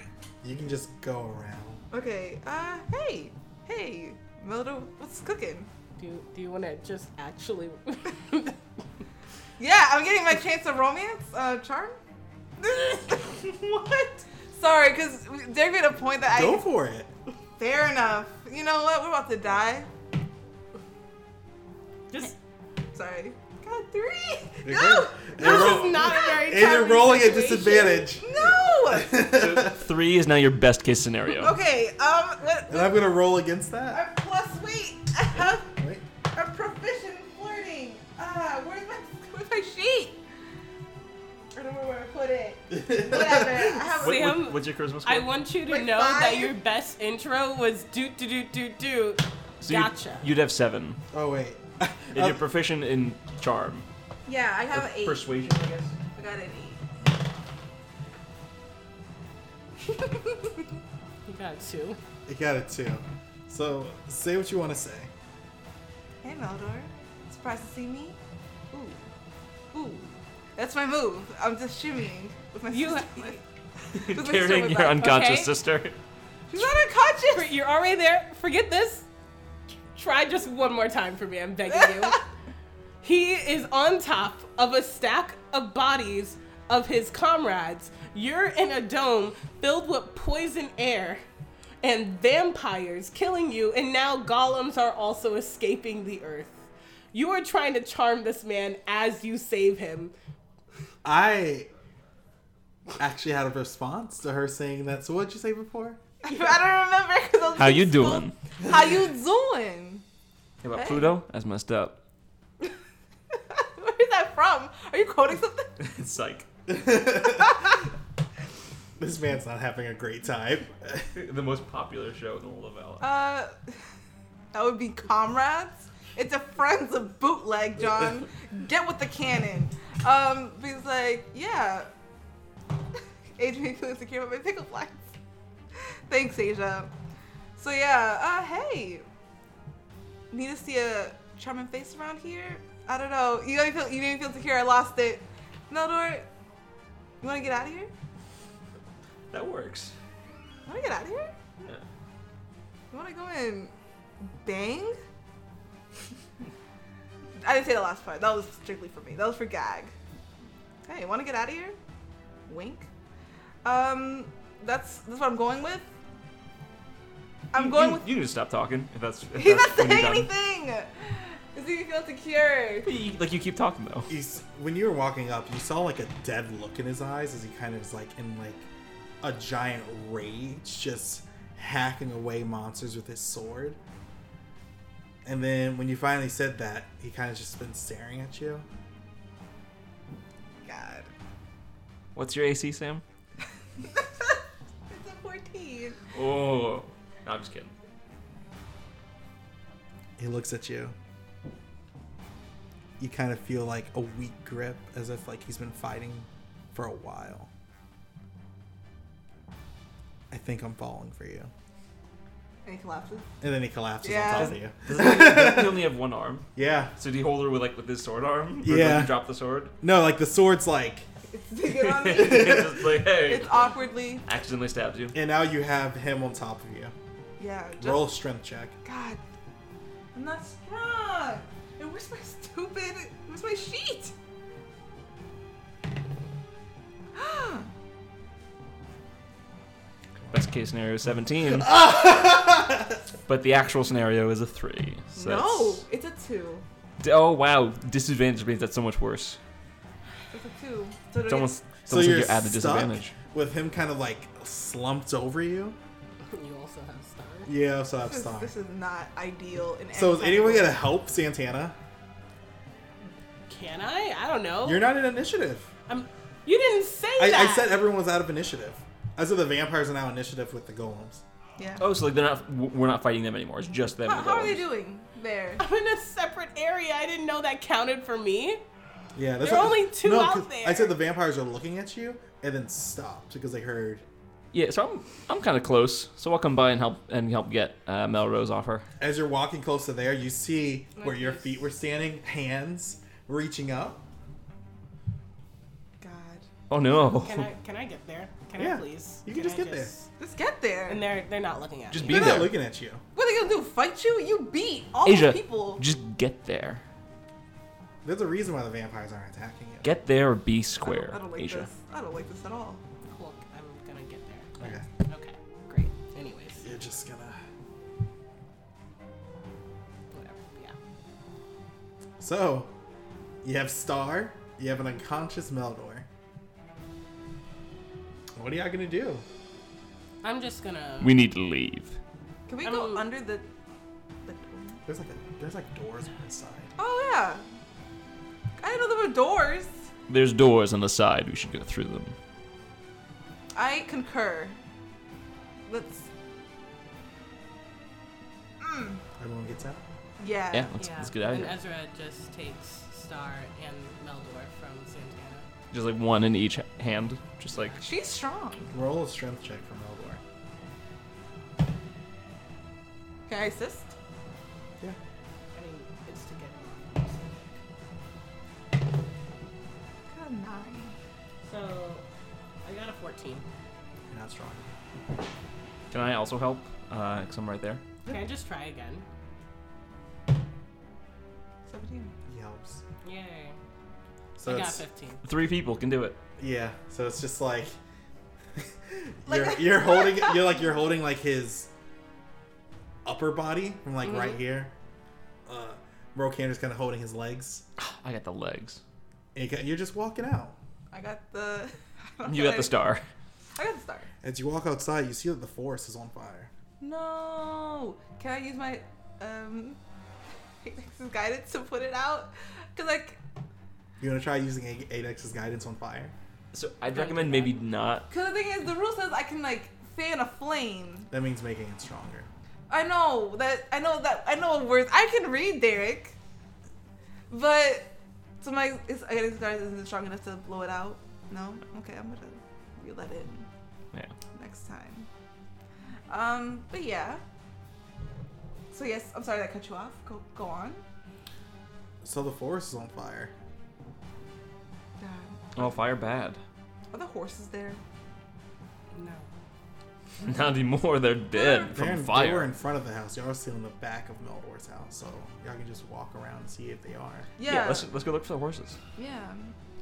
[SPEAKER 1] You can just go around.
[SPEAKER 4] Okay, uh, hey, hey, Meldor, what's cooking?
[SPEAKER 5] Do, do you want to just actually?
[SPEAKER 4] Yeah, I'm getting my chance of romance, uh, charm. what? Sorry, because Derek made a point that
[SPEAKER 1] Go
[SPEAKER 4] I.
[SPEAKER 1] for it.
[SPEAKER 4] Fair enough. You know what? We're about to die.
[SPEAKER 5] just
[SPEAKER 4] Sorry. God, three?
[SPEAKER 1] You're
[SPEAKER 4] No!
[SPEAKER 1] good.
[SPEAKER 5] this
[SPEAKER 1] They're roll-
[SPEAKER 5] is not a very.
[SPEAKER 1] and you're
[SPEAKER 5] charming
[SPEAKER 1] rolling at
[SPEAKER 5] situation.
[SPEAKER 1] disadvantage.
[SPEAKER 4] No!
[SPEAKER 3] Three is now your best case scenario.
[SPEAKER 4] Okay, um, what?
[SPEAKER 1] And I'm gonna roll against that.
[SPEAKER 4] I'm plus weight. I have
[SPEAKER 1] Wait.
[SPEAKER 4] a proficient in flirting. Ah, where's my, where's my sheet? I don't know where I put it. Whatever. I have
[SPEAKER 3] What-
[SPEAKER 4] a.
[SPEAKER 5] Wait,
[SPEAKER 3] what-
[SPEAKER 5] Sam,
[SPEAKER 3] what's your charisma score?
[SPEAKER 5] I want you to
[SPEAKER 4] Like
[SPEAKER 5] know
[SPEAKER 4] five?
[SPEAKER 5] that your best intro was doot doot doot doot doot.
[SPEAKER 3] So you'd-
[SPEAKER 5] gotcha.
[SPEAKER 3] You'd, have seven.
[SPEAKER 1] Oh wait.
[SPEAKER 3] And you're proficient in charm.
[SPEAKER 4] Yeah, I have an eight.
[SPEAKER 3] Persuasion, I guess.
[SPEAKER 4] I got an eight.
[SPEAKER 5] You got two.
[SPEAKER 1] You got it too. So say what you want to say.
[SPEAKER 4] Hey, Meldor. Surprised to see me? Ooh. Ooh. That's my move. I'm just shimmying with my
[SPEAKER 5] You-
[SPEAKER 4] sister. with my sister
[SPEAKER 3] Carrying
[SPEAKER 4] with
[SPEAKER 3] your
[SPEAKER 4] that.
[SPEAKER 3] unconscious
[SPEAKER 5] okay.
[SPEAKER 3] sister.
[SPEAKER 4] She's not unconscious!
[SPEAKER 5] Fr- You're already there. Forget this. Try just one more time for me. I'm begging you. he is on top of a stack of bodies of his comrades. You're in a dome filled with poison air and vampires killing you, and now golems are also escaping the earth. You are trying to charm this man as you save him.
[SPEAKER 1] I actually had a response to her saying that. So what'd you say before?
[SPEAKER 4] I don't remember. 'cause I was
[SPEAKER 3] How
[SPEAKER 4] in
[SPEAKER 3] you
[SPEAKER 4] school.
[SPEAKER 3] doing?
[SPEAKER 4] How you doing?
[SPEAKER 3] Hey, about
[SPEAKER 4] Hey.
[SPEAKER 3] Pluto? That's messed up.
[SPEAKER 4] Where is that from? Are you quoting something?
[SPEAKER 3] It's like
[SPEAKER 1] This man's not having a great time.
[SPEAKER 3] the most popular show in all of Valor.
[SPEAKER 4] Uh, that would be comrades. It's a friends of bootleg, John. Get with the cannon. Um, he's like, yeah. Adrian feels insecure about my pickle flies. Thanks, Asia. So yeah, uh, hey. Need to see a charming face around here? I don't know. You made me feel, you made me feel secure. I lost it. Meldor, you want to get out of here?
[SPEAKER 3] That works.
[SPEAKER 4] Want to get out of here?
[SPEAKER 3] Yeah.
[SPEAKER 4] You want to go and bang? I didn't say the last part. That was strictly for me. That was for gag. Hey, want to get out of here? Wink. Um, that's that's what I'm going with. I'm
[SPEAKER 3] You-
[SPEAKER 4] going
[SPEAKER 3] you,
[SPEAKER 4] with.
[SPEAKER 3] You need to stop talking. If that's. If
[SPEAKER 4] He's
[SPEAKER 3] that's
[SPEAKER 4] not
[SPEAKER 3] when you're
[SPEAKER 4] saying
[SPEAKER 3] done.
[SPEAKER 4] anything. Is he feel secure?
[SPEAKER 3] You- Like you keep talking though.
[SPEAKER 1] He's, when you were walking up, you saw like a dead look in his eyes as he kind of is like in like a giant rage, just hacking away monsters with his sword. And then when you finally said that, he kind of just been staring at you.
[SPEAKER 4] God.
[SPEAKER 3] What's your AC, Sam?
[SPEAKER 4] it's a 14.
[SPEAKER 3] Oh, no, I'm just kidding.
[SPEAKER 1] He looks at you. You kind of feel like a weak grip, as if like he's been fighting for a while. I think I'm falling for you.
[SPEAKER 4] And he collapses.
[SPEAKER 1] And then he collapses
[SPEAKER 4] Yeah.
[SPEAKER 1] on top of you.
[SPEAKER 3] Does it only- he only have one arm?
[SPEAKER 1] Yeah.
[SPEAKER 3] So do you hold her with like with his sword arm? Or
[SPEAKER 1] Yeah.
[SPEAKER 3] Does he drop the sword?
[SPEAKER 1] No, like the sword's like,
[SPEAKER 4] It's digging on me.
[SPEAKER 3] Just like, hey,
[SPEAKER 4] It's awkwardly.
[SPEAKER 3] accidentally stabs you.
[SPEAKER 1] and now you have him on top of you.
[SPEAKER 4] Yeah. Just,
[SPEAKER 1] Roll a strength check.
[SPEAKER 4] God. I'm not strong. And where's my stupid? Where's my sheet?
[SPEAKER 3] Best case scenario is 17. but the actual scenario is a 3. So
[SPEAKER 4] Ah! no,
[SPEAKER 3] that's-
[SPEAKER 4] it's a two.
[SPEAKER 3] D- Oh, wow. Disadvantage means that's so much worse.
[SPEAKER 4] It's a two. So do I
[SPEAKER 3] It's
[SPEAKER 4] get-
[SPEAKER 3] almost, it's almost like you're at a
[SPEAKER 1] stuck
[SPEAKER 3] disadvantage.
[SPEAKER 1] with him kind of like slumped over you.
[SPEAKER 5] You also have star.
[SPEAKER 1] Yeah, so I have
[SPEAKER 4] This is,
[SPEAKER 1] star.
[SPEAKER 4] this is not ideal. In
[SPEAKER 1] So
[SPEAKER 4] any
[SPEAKER 1] is anyone
[SPEAKER 4] category.
[SPEAKER 1] gonna help Santana?
[SPEAKER 5] Can I? I don't know.
[SPEAKER 1] You're not in initiative.
[SPEAKER 5] I'm, you didn't say
[SPEAKER 1] I,
[SPEAKER 5] that.
[SPEAKER 1] I said everyone was out of initiative. I said the vampires are now initiative with the golems.
[SPEAKER 4] Yeah.
[SPEAKER 3] Oh, so like they're not, w- we're not fighting them anymore. It's just them.
[SPEAKER 4] how,
[SPEAKER 3] and
[SPEAKER 4] how are they
[SPEAKER 3] golems.
[SPEAKER 4] doing there?
[SPEAKER 5] I'm in a separate area. I didn't know that counted for me.
[SPEAKER 1] Yeah, that's
[SPEAKER 5] There are
[SPEAKER 1] what-
[SPEAKER 5] only two
[SPEAKER 1] 'cause
[SPEAKER 5] out there.
[SPEAKER 1] I said the vampires are looking at you and then stopped because they heard.
[SPEAKER 3] Yeah, so I'm I'm kind of close. So I'll come by and help and help get uh, Melrose off her.
[SPEAKER 1] As you're walking close to there, you see
[SPEAKER 5] My
[SPEAKER 1] where your
[SPEAKER 5] face.
[SPEAKER 1] feet were standing, hands reaching up.
[SPEAKER 4] God,
[SPEAKER 3] Oh no!
[SPEAKER 5] Can I? Can I get there? Can
[SPEAKER 1] Yeah,
[SPEAKER 5] I please?
[SPEAKER 1] you can just
[SPEAKER 5] I
[SPEAKER 1] get there.
[SPEAKER 4] let's get there.
[SPEAKER 5] And they're they're not looking at
[SPEAKER 3] Just
[SPEAKER 5] me.
[SPEAKER 3] be
[SPEAKER 1] They're
[SPEAKER 3] there.
[SPEAKER 1] not looking at you.
[SPEAKER 4] what are they gonna do? Fight you? You beat all the
[SPEAKER 3] Asia,
[SPEAKER 4] people.
[SPEAKER 3] just get there.
[SPEAKER 1] There's a reason why the vampires aren't attacking you.
[SPEAKER 3] Get there or be
[SPEAKER 4] I don't-
[SPEAKER 3] square,
[SPEAKER 4] I don't, like
[SPEAKER 3] Asia.
[SPEAKER 4] this. I don't like this at all.
[SPEAKER 5] Cool. I'm gonna get there.
[SPEAKER 1] Okay.
[SPEAKER 5] Okay. Great. Anyways,
[SPEAKER 1] You're just gonna.
[SPEAKER 5] whatever. Yeah.
[SPEAKER 1] So, you have Star. You have an unconscious Meldor. What are y'all gonna do?
[SPEAKER 5] I'm just gonna.
[SPEAKER 3] We need to leave.
[SPEAKER 4] Can we
[SPEAKER 5] I'm-
[SPEAKER 4] go under the? the door?
[SPEAKER 1] There's like a, there's like doors on this side.
[SPEAKER 4] Oh yeah. I didn't know there were doors.
[SPEAKER 3] There's doors on the side. We should go through them.
[SPEAKER 4] I concur. Let's.
[SPEAKER 1] Everyone gets out.
[SPEAKER 4] Uh, Yeah.
[SPEAKER 3] Yeah, let's,
[SPEAKER 5] yeah.
[SPEAKER 3] let's get out of
[SPEAKER 5] and
[SPEAKER 3] here.
[SPEAKER 5] Ezra just takes Star and Meldor from Santana.
[SPEAKER 3] Just like one in each hand. Just like
[SPEAKER 4] She's strong.
[SPEAKER 1] Roll a strength check for Meldor.
[SPEAKER 4] Can I assist?
[SPEAKER 1] Yeah.
[SPEAKER 5] I mean, it's to get him off.
[SPEAKER 4] Got a nine.
[SPEAKER 5] So I got a 14.
[SPEAKER 1] You're not strong.
[SPEAKER 3] Can I also help? Uh, cause I'm right there.
[SPEAKER 5] Can I just try again?
[SPEAKER 4] Seventeen.
[SPEAKER 1] He helps.
[SPEAKER 5] Yay.
[SPEAKER 1] So
[SPEAKER 5] I got
[SPEAKER 1] it's,
[SPEAKER 5] 15.
[SPEAKER 3] Three people can do it.
[SPEAKER 1] yeah. So it's just like you're,
[SPEAKER 4] Like-
[SPEAKER 1] you're holding you're like you're holding like his upper body from like right here. Uh, Rokander's kind of holding his legs.
[SPEAKER 3] I got the legs.
[SPEAKER 1] And you ca- you're just walking out.
[SPEAKER 4] I got the.
[SPEAKER 3] You got the star.
[SPEAKER 4] I got the star.
[SPEAKER 1] As you walk outside, you see that the forest is on fire.
[SPEAKER 4] No. Can I use my um Apex's guidance to put it out? Cause like,
[SPEAKER 1] You want to try using A- Adex's guidance on fire?
[SPEAKER 3] So I'd recommend maybe not.
[SPEAKER 4] cause the thing is, the rule says I can like fan a flame.
[SPEAKER 1] That means making it stronger.
[SPEAKER 4] I know that. I know that. I know words. I can read Derek. But so my is I guess guidance isn't strong enough to blow it out. No. Okay, I'm gonna reel that in
[SPEAKER 3] Yeah.
[SPEAKER 4] next time. Um, but yeah. So yes, I'm sorry that cut you off. Go go on.
[SPEAKER 1] So the forest is on fire.
[SPEAKER 4] God.
[SPEAKER 3] Oh, fire bad.
[SPEAKER 4] Are the horses there?
[SPEAKER 5] No.
[SPEAKER 4] Mm-hmm.
[SPEAKER 3] Not anymore. They're dead
[SPEAKER 1] They're
[SPEAKER 3] from
[SPEAKER 1] in- They were
[SPEAKER 3] fire.
[SPEAKER 1] in front of the house. Y'all are still in the back of Meldor's house, so y'all can just walk around and see if they are.
[SPEAKER 4] Yeah.
[SPEAKER 3] Yeah. Let's let's go look for the horses.
[SPEAKER 4] yeah.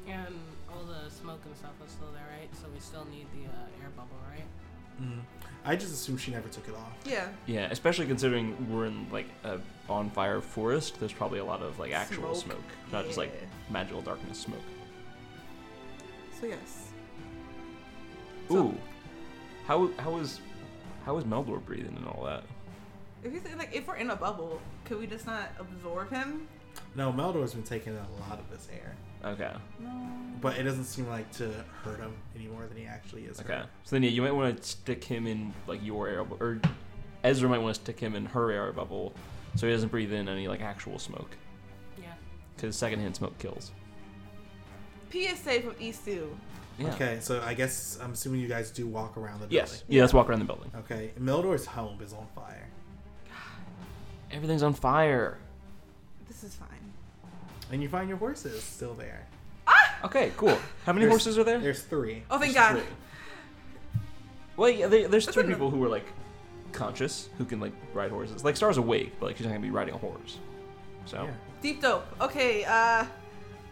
[SPEAKER 5] And all the smoke and stuff is still there, right? So we still need the uh, air bubble, right?
[SPEAKER 1] Mm-hmm. I just assume she never took it off.
[SPEAKER 4] Yeah.
[SPEAKER 3] Yeah, especially considering we're in like a on fire forest. There's probably a lot of like actual
[SPEAKER 4] Smoke.
[SPEAKER 3] smoke, not just like
[SPEAKER 4] Yeah.
[SPEAKER 3] magical darkness smoke.
[SPEAKER 4] So yes.
[SPEAKER 3] Ooh, how how is how is Meldor breathing and all that?
[SPEAKER 4] If he's in, like, if we're in a bubble, could we just not absorb him?
[SPEAKER 1] No, Meldor's been taking in a lot of his air,
[SPEAKER 3] Okay,
[SPEAKER 1] but it doesn't seem like to hurt him any more than he actually is.
[SPEAKER 3] okay.
[SPEAKER 1] hurt.
[SPEAKER 3] So then yeah, you might want to stick him in like your air bubble, or Ezra might want to stick him in her air bubble, so he doesn't breathe in any like actual smoke
[SPEAKER 5] Yeah.
[SPEAKER 3] because secondhand smoke kills.
[SPEAKER 4] PSA from Isu.
[SPEAKER 3] Yeah.
[SPEAKER 1] Okay, so I guess I'm assuming you guys do walk around the building.
[SPEAKER 3] Yes. Yeah. Let's walk around the building.
[SPEAKER 1] Okay, Mildor's home is on fire.
[SPEAKER 3] Everything's on fire.
[SPEAKER 4] This is fine.
[SPEAKER 1] And you find your horses still there.
[SPEAKER 3] Okay. Cool. How many
[SPEAKER 1] There's-
[SPEAKER 3] horses are there?
[SPEAKER 1] There's three.
[SPEAKER 4] Oh, thank
[SPEAKER 1] There's
[SPEAKER 4] God.
[SPEAKER 1] three.
[SPEAKER 3] Well, yeah, there, there's three
[SPEAKER 4] Isn't it-
[SPEAKER 3] people who are like conscious who can like ride horses. Like Star's awake, but like she's not gonna be riding a horse. So.
[SPEAKER 1] Yeah.
[SPEAKER 4] Deep dope. Okay, uh,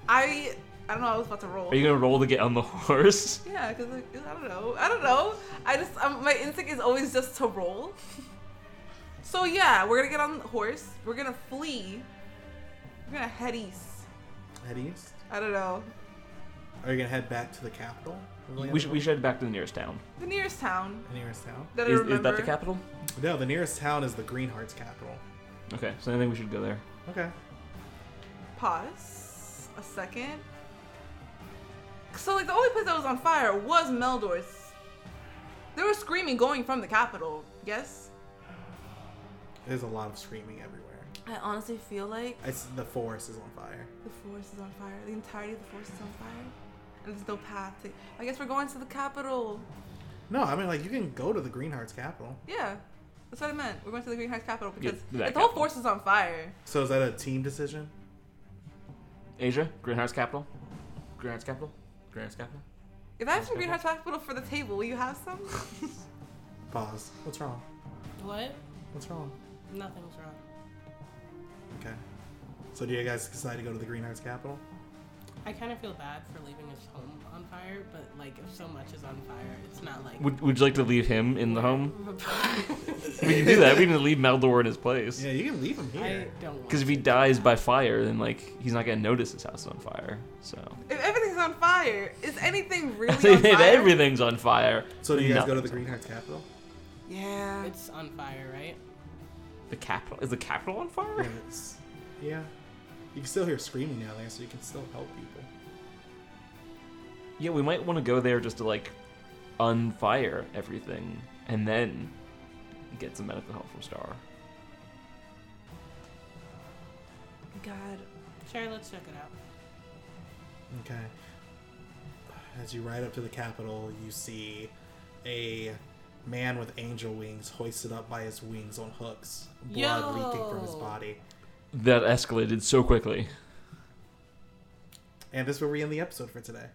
[SPEAKER 4] I I don't know. I was about to roll.
[SPEAKER 3] Are you gonna roll to get on the horse?
[SPEAKER 4] yeah, because I don't know. I don't know. I just um, my instinct is always just to roll. So yeah, we're gonna get on the horse. We're gonna flee. We're gonna head east.
[SPEAKER 1] Head east.
[SPEAKER 4] I don't know.
[SPEAKER 1] Are you gonna head back to the capital?
[SPEAKER 3] We should we should head back to the nearest town.
[SPEAKER 4] The nearest town
[SPEAKER 1] The nearest town?
[SPEAKER 4] that I
[SPEAKER 3] Is,
[SPEAKER 4] remember.
[SPEAKER 3] is that the capital?
[SPEAKER 1] No, the nearest town is the Greenhearts capital.
[SPEAKER 3] Okay, so I think we should go there.
[SPEAKER 1] Okay.
[SPEAKER 4] Pause a second. So like the only place that was on fire was Meldor's. There was screaming going from the capital. Yes.
[SPEAKER 1] There's a lot of screaming everywhere.
[SPEAKER 4] I honestly feel like
[SPEAKER 1] It's, the forest is on fire.
[SPEAKER 4] the forest is on fire. The entirety of the forest is on fire. And there's no path to. I guess we're going to the capital.
[SPEAKER 1] No, I mean like you can go to the Greenhearts capital.
[SPEAKER 4] Yeah. That's what I meant. We're going to the Greenhouse capital
[SPEAKER 3] Yeah,
[SPEAKER 4] because
[SPEAKER 3] that
[SPEAKER 4] if the whole
[SPEAKER 3] capital.
[SPEAKER 4] forest is on fire.
[SPEAKER 1] So is that a team decision?
[SPEAKER 3] Asia, Greenhouse capital. Greenhouse capital. Greenhouse capital.
[SPEAKER 4] If I have some
[SPEAKER 3] Greenhouse
[SPEAKER 4] Greenhouse capital for the table, will you have some?
[SPEAKER 1] Pause. What's wrong?
[SPEAKER 5] What?
[SPEAKER 1] What's wrong?
[SPEAKER 5] Nothing's wrong.
[SPEAKER 1] Okay. So do you guys decide to go to the Greenhearts capital?
[SPEAKER 5] I kind of feel bad for leaving his home on fire, but like if so much is on fire, it's not like.
[SPEAKER 3] Would, would you like to leave him in the home? We can do that. We can leave Meldor in his place.
[SPEAKER 1] Yeah, you can leave him
[SPEAKER 5] I
[SPEAKER 1] here.
[SPEAKER 5] don't want.
[SPEAKER 3] Because if he dies by fire, then like he's not gonna notice his house is on fire. So
[SPEAKER 4] if everything's on fire, is anything really on
[SPEAKER 3] if
[SPEAKER 4] fire?
[SPEAKER 3] everything's on fire,
[SPEAKER 1] So do you guys go to the
[SPEAKER 3] nothing's on-
[SPEAKER 1] Greenhearts capital?
[SPEAKER 4] Yeah.
[SPEAKER 5] It's on fire, right?
[SPEAKER 3] The capital is the capital on fire?
[SPEAKER 1] Yeah, it's- yeah. You can still hear screaming down there, so you can still help people.
[SPEAKER 3] Yeah, we might want to go there just to like unfire everything and then get some medical help from Star.
[SPEAKER 4] God.
[SPEAKER 5] Sure, let's check it out.
[SPEAKER 1] Okay. As you ride up to the Capitol, you see a man with angel wings hoisted up by his wings on hooks, blood
[SPEAKER 5] Yo.
[SPEAKER 1] leaking from his body.
[SPEAKER 3] That escalated so quickly.
[SPEAKER 1] And this will be in the episode for today.